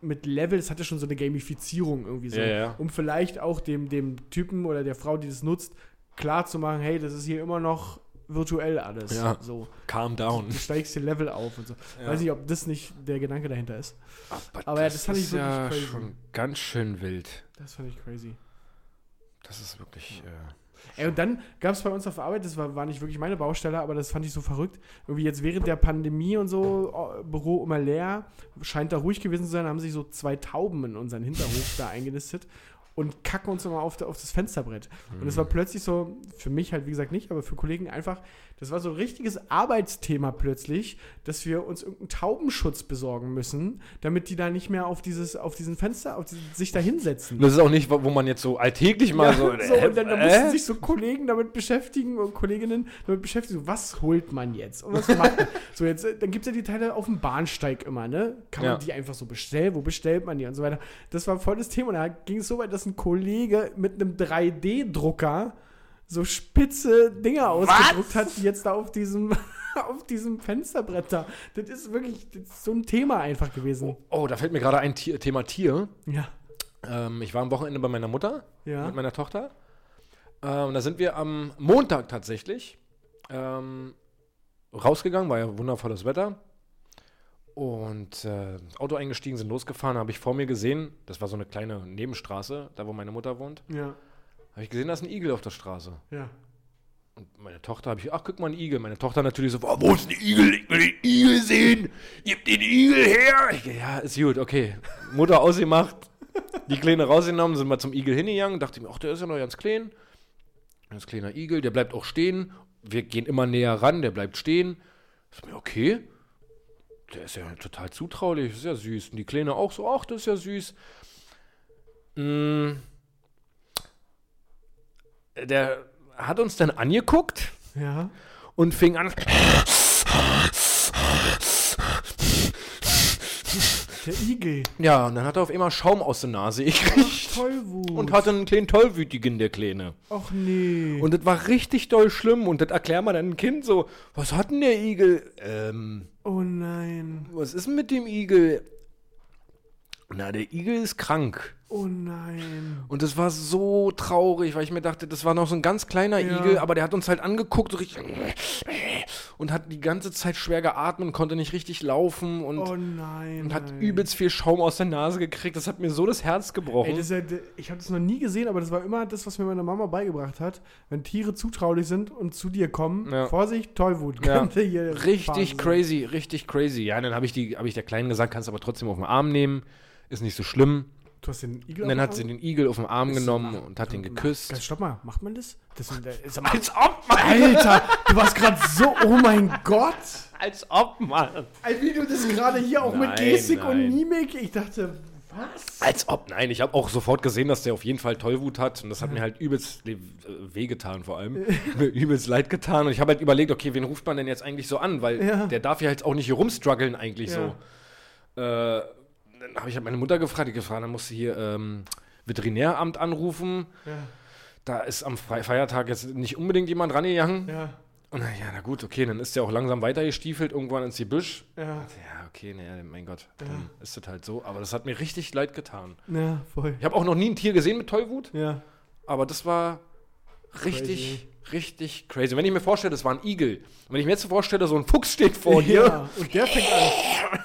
Speaker 4: mit Level, das hat ja schon so eine Gamifizierung irgendwie so,
Speaker 3: Ja, ja.
Speaker 4: um vielleicht auch dem, dem Typen oder der Frau, die das nutzt, klar zu machen, hey, das ist hier immer noch virtuell alles.
Speaker 3: Ja.
Speaker 4: So,
Speaker 3: Calm down.
Speaker 4: du steigst den Level auf und so. Weiß nicht, ob das nicht der Gedanke dahinter ist. Aber ja, das fand ich
Speaker 3: ist
Speaker 4: wirklich
Speaker 3: ja
Speaker 4: crazy.
Speaker 3: schon ganz schön wild.
Speaker 4: Das fand ich crazy.
Speaker 3: Das ist wirklich. äh,
Speaker 4: Ey, und dann gab es bei uns auf der Arbeit, das war, war nicht wirklich meine Baustelle, aber das fand ich so verrückt. Irgendwie jetzt während der Pandemie und so, oh, Büro immer leer, scheint da ruhig gewesen zu sein, haben sich so zwei Tauben in unseren Hinterhof da eingenistet. und kacken uns immer auf, auf das Fensterbrett. Und es war plötzlich so, für mich halt wie gesagt nicht, aber für Kollegen einfach, das war so ein richtiges Arbeitsthema plötzlich, dass wir uns irgendeinen Taubenschutz besorgen müssen, damit die da nicht mehr auf dieses, auf diesen Fenster, auf diesen, sich da hinsetzen.
Speaker 3: Das ist auch nicht, wo wo man jetzt so alltäglich mal so.
Speaker 4: *laughs* so, und dann, dann mussten
Speaker 3: äh?
Speaker 4: sich so Kollegen damit beschäftigen und Kolleginnen damit beschäftigen, so, was holt man jetzt? Und was macht man? so, jetzt, äh, dann gibt es ja die Teile auf dem Bahnsteig immer, ne? Kann
Speaker 3: Ja.
Speaker 4: man die einfach so bestellen? Wo bestellt man die und so weiter? Das war voll das Thema. Und da ging es so weit, dass ein Kollege mit einem 3D-Drucker so spitze Dinger ausgedruckt hat, die jetzt da auf diesem, *laughs* auf diesem Fensterbrett da. Das ist wirklich das ist so ein Thema einfach gewesen.
Speaker 3: Oh, da fällt mir gerade ein Tier, Thema Tier.
Speaker 4: Ja.
Speaker 3: Ähm, ich war am Wochenende bei meiner Mutter,
Speaker 4: Ja.
Speaker 3: mit meiner Tochter. Ähm, da sind wir am Montag tatsächlich ähm, rausgegangen, war ja wundervolles Wetter. Und äh, ins Auto eingestiegen, sind losgefahren, habe ich vor mir gesehen, das war so eine kleine Nebenstraße, da wo meine Mutter wohnt,
Speaker 4: Ja.
Speaker 3: habe ich gesehen, da ist ein Igel auf der Straße.
Speaker 4: Ja.
Speaker 3: Und meine Tochter habe ich, ach, guck mal, ein Igel. Meine Tochter natürlich so, "Wow, wo ist ein Igel? Ich will den Igel sehen. Gib den Igel her. Ich, ja, ist gut, okay. Mutter ausgemacht, die Kleine rausgenommen, sind mal zum Igel hingegangen. Dachte ich mir, ach, der ist ja noch ganz klein. Ganz kleiner Igel, der bleibt auch stehen. Wir gehen immer näher ran, der bleibt stehen. Ist mir, okay. Der ist ja total zutraulich, ist ja süß. Und die Kleine auch so, ach, das ist ja süß. Mm. Der hat uns dann angeguckt
Speaker 4: Ja.
Speaker 3: und fing an.
Speaker 4: Der Igel.
Speaker 3: Ja, und dann hat er auf einmal Schaum aus der Nase gekriegt
Speaker 4: Tollwut.
Speaker 3: und hatte einen kleinen Tollwütigen, der Kleine.
Speaker 4: Och nee.
Speaker 3: Und das war richtig doll schlimm und das erklärt man dann ein Kind so, was hat denn der Igel? Ähm,
Speaker 4: oh nein.
Speaker 3: was ist denn mit dem Igel? Na, der Igel ist krank.
Speaker 4: Oh nein.
Speaker 3: Und das war so traurig, weil ich mir dachte, das war noch so ein ganz kleiner
Speaker 4: Ja.
Speaker 3: Igel, aber der hat uns halt angeguckt so richtig und hat die ganze Zeit schwer geatmet, konnte nicht richtig laufen und
Speaker 4: oh nein.
Speaker 3: und hat
Speaker 4: nein.
Speaker 3: übelst viel Schaum aus der Nase gekriegt. Das hat mir so das Herz gebrochen.
Speaker 4: Ey, das ist ja, ich habe das noch nie gesehen, aber das war immer das, was mir meine Mama beigebracht hat. Wenn Tiere zutraulich sind und zu dir kommen,
Speaker 3: Ja.
Speaker 4: Vorsicht, Tollwut.
Speaker 3: Ja.
Speaker 4: Könnte hier Gefahr
Speaker 3: richtig
Speaker 4: sein.
Speaker 3: crazy, richtig crazy. Ja, dann habe ich, die- hab ich der Kleinen gesagt, kannst aber trotzdem auf den Arm nehmen. Ist nicht so schlimm.
Speaker 4: Du hast den Igel
Speaker 3: Und dann
Speaker 4: auf
Speaker 3: hat sie
Speaker 4: dem
Speaker 3: den Igel auf den Arm
Speaker 4: Ist-
Speaker 3: genommen
Speaker 4: ach,
Speaker 3: und hat ihn
Speaker 4: Arm?
Speaker 3: geküsst.
Speaker 4: Stopp mal, macht man das? das ist, ist aber,
Speaker 3: Als ob, Mann!
Speaker 4: Alter, du warst gerade so, oh mein Gott.
Speaker 3: Als ob, Mann!
Speaker 4: Ey, wie du das gerade hier auch
Speaker 3: Nein,
Speaker 4: mit Gestik
Speaker 3: nein.
Speaker 4: und Mimik, ich dachte, was?
Speaker 3: Als ob, nein. Ich habe auch sofort gesehen, dass der auf jeden Fall Tollwut hat. Und das hat mir halt übelst le- äh, wehgetan vor allem. *laughs* mir übelst leid getan. Und ich habe halt überlegt, okay, wen ruft man denn jetzt eigentlich so an? Weil
Speaker 4: Ja.
Speaker 3: der darf ja jetzt auch nicht hier rumstruggeln eigentlich
Speaker 4: Ja.
Speaker 3: so. Äh, dann habe ich halt meine Mutter gefragt, die gefragt, dann musste hier ähm, Veterinäramt anrufen.
Speaker 4: Ja,
Speaker 3: Da ist am Fre- Feiertag jetzt nicht unbedingt jemand rangegangen.
Speaker 4: ja,
Speaker 3: Und na ja, na gut, okay, dann ist der auch langsam weitergestiefelt irgendwann ins Gebüsch.
Speaker 4: ja,
Speaker 3: Ja, okay, naja, mein Gott, dann ist das halt so. Aber das hat mir richtig leid getan.
Speaker 4: ja, voll.
Speaker 3: Ich habe auch noch nie ein Tier gesehen mit Tollwut,
Speaker 4: Ja.
Speaker 3: aber das war richtig, richtig crazy. Wenn ich mir vorstelle, das war ein Igel. Und wenn ich mir jetzt vorstelle, so ein Fuchs steht vor dir.
Speaker 4: *laughs* Ja, und der fängt an.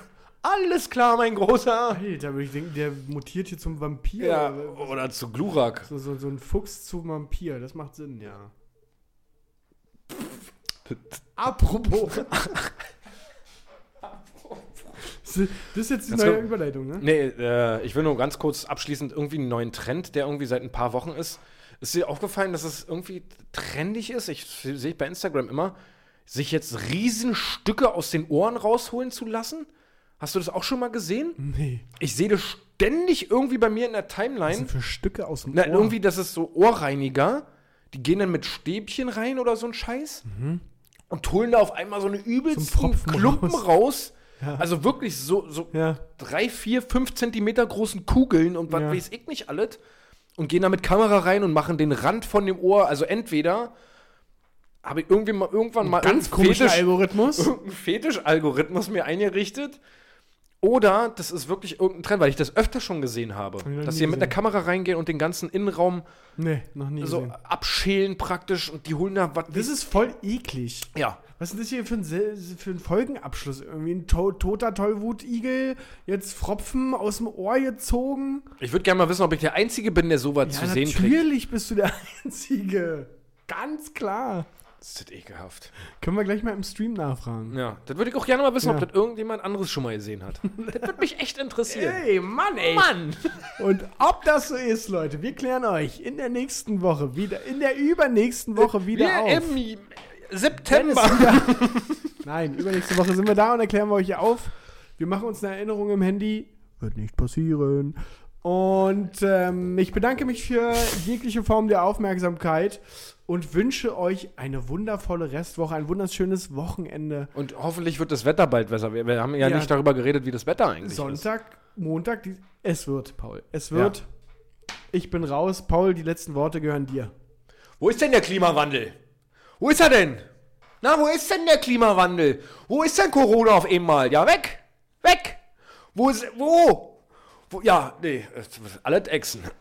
Speaker 3: Alles klar, mein Großer.
Speaker 4: Alter, würde ich denken, der mutiert hier zum Vampir.
Speaker 3: Ja,
Speaker 4: oder
Speaker 3: oder zu Glurak.
Speaker 4: So, so, so ein Fuchs zum Vampir, das macht Sinn, ja.
Speaker 3: *laughs*
Speaker 4: Apropos. das ist jetzt die
Speaker 3: Kannst
Speaker 4: neue
Speaker 3: du-
Speaker 4: Überleitung, ne?
Speaker 3: Nee, äh, ich will nur ganz kurz abschließend irgendwie einen neuen Trend, der irgendwie seit ein paar Wochen ist. Ist dir aufgefallen, dass es irgendwie trendig ist? Ich sehe bei Instagram immer, sich jetzt Riesenstücke aus den Ohren rausholen zu lassen. Hast du das auch schon mal gesehen?
Speaker 4: Nee.
Speaker 3: Ich sehe das ständig irgendwie bei mir in der
Speaker 4: Was
Speaker 3: Timeline.
Speaker 4: sind für Stücke aus dem
Speaker 3: Hm? Na,
Speaker 4: Ohr?
Speaker 3: irgendwie, das ist so Ohrreiniger. Die gehen dann mit Stäbchen rein oder so ein Scheiß
Speaker 4: Mhm.
Speaker 3: und holen da auf einmal so eine übelsten
Speaker 4: Pfropfen
Speaker 3: Klumpen
Speaker 4: raus.
Speaker 3: raus.
Speaker 4: Ja.
Speaker 3: Also wirklich so, so
Speaker 4: Ja.
Speaker 3: drei, vier, fünf Zentimeter großen Kugeln und was
Speaker 4: Ja.
Speaker 3: weiß ich nicht alles. Und gehen da mit Kamera rein und machen den Rand von dem Ohr. Also entweder habe ich irgendwie mal, irgendwann mal
Speaker 4: Ganz
Speaker 3: irgendeinen
Speaker 4: komischer
Speaker 3: Fetisch- *laughs*
Speaker 4: Algorithmus.
Speaker 3: irgendein Fetisch-Algorithmus mir eingerichtet. Oder das ist wirklich irgendein Trend, weil ich das öfter schon gesehen habe.
Speaker 4: ich noch
Speaker 3: Dass
Speaker 4: nie
Speaker 3: sie mit einer
Speaker 4: gesehen.
Speaker 3: Kamera reingehen und den ganzen Innenraum
Speaker 4: Nee, noch nie
Speaker 3: so
Speaker 4: gesehen.
Speaker 3: abschälen praktisch und die holen da was.
Speaker 4: Das ist voll eklig.
Speaker 3: ja.
Speaker 4: Was ist denn das hier für ein, Sel- für ein Folgenabschluss? Irgendwie ein to toter Tollwutigel, jetzt Fropfen aus dem Ohr gezogen.
Speaker 3: Ich würde gerne mal wissen, ob ich der
Speaker 4: *laughs*
Speaker 3: Einzige bin, der sowas zu sehen kriegt.
Speaker 4: natürlich bist du der Einzige. Ganz klar.
Speaker 3: Das ist ekelhaft.
Speaker 4: Können wir gleich mal im Stream nachfragen.
Speaker 3: Ja, das würde ich auch gerne mal wissen, ob
Speaker 4: Ja.
Speaker 3: das irgendjemand anderes schon mal gesehen
Speaker 4: *laughs*
Speaker 3: hat. das würde mich echt interessieren.
Speaker 4: Ey, Mann, ey.
Speaker 3: Mann!
Speaker 4: Und ob das so ist, Leute, wir klären euch in der nächsten Woche wieder, in der übernächsten Woche wieder
Speaker 3: Wir
Speaker 4: auf.
Speaker 3: im September.
Speaker 4: *laughs* Nein, übernächste Woche sind wir da und erklären wir euch hier auf. Wir machen uns eine Erinnerung im Handy. Wird nicht passieren. Und ähm, ich bedanke mich für jegliche Form der Aufmerksamkeit und wünsche euch eine wundervolle Restwoche, ein wunderschönes Wochenende.
Speaker 3: Und hoffentlich wird das Wetter bald besser. Wir, wir haben ja,
Speaker 4: Ja.
Speaker 3: nicht darüber geredet, wie das Wetter eigentlich ist.
Speaker 4: Sonntag, Montag, die, es wird, Paul. Es wird. Ich bin raus. Paul, die letzten Worte gehören dir.
Speaker 3: Wo ist denn der Klimawandel? Wo ist er denn? Na, wo ist denn der Klimawandel? Wo ist denn Corona auf einmal? Ja, weg! Weg! Wo ist. Wo? wo ja, nee, das ist alles Echsen.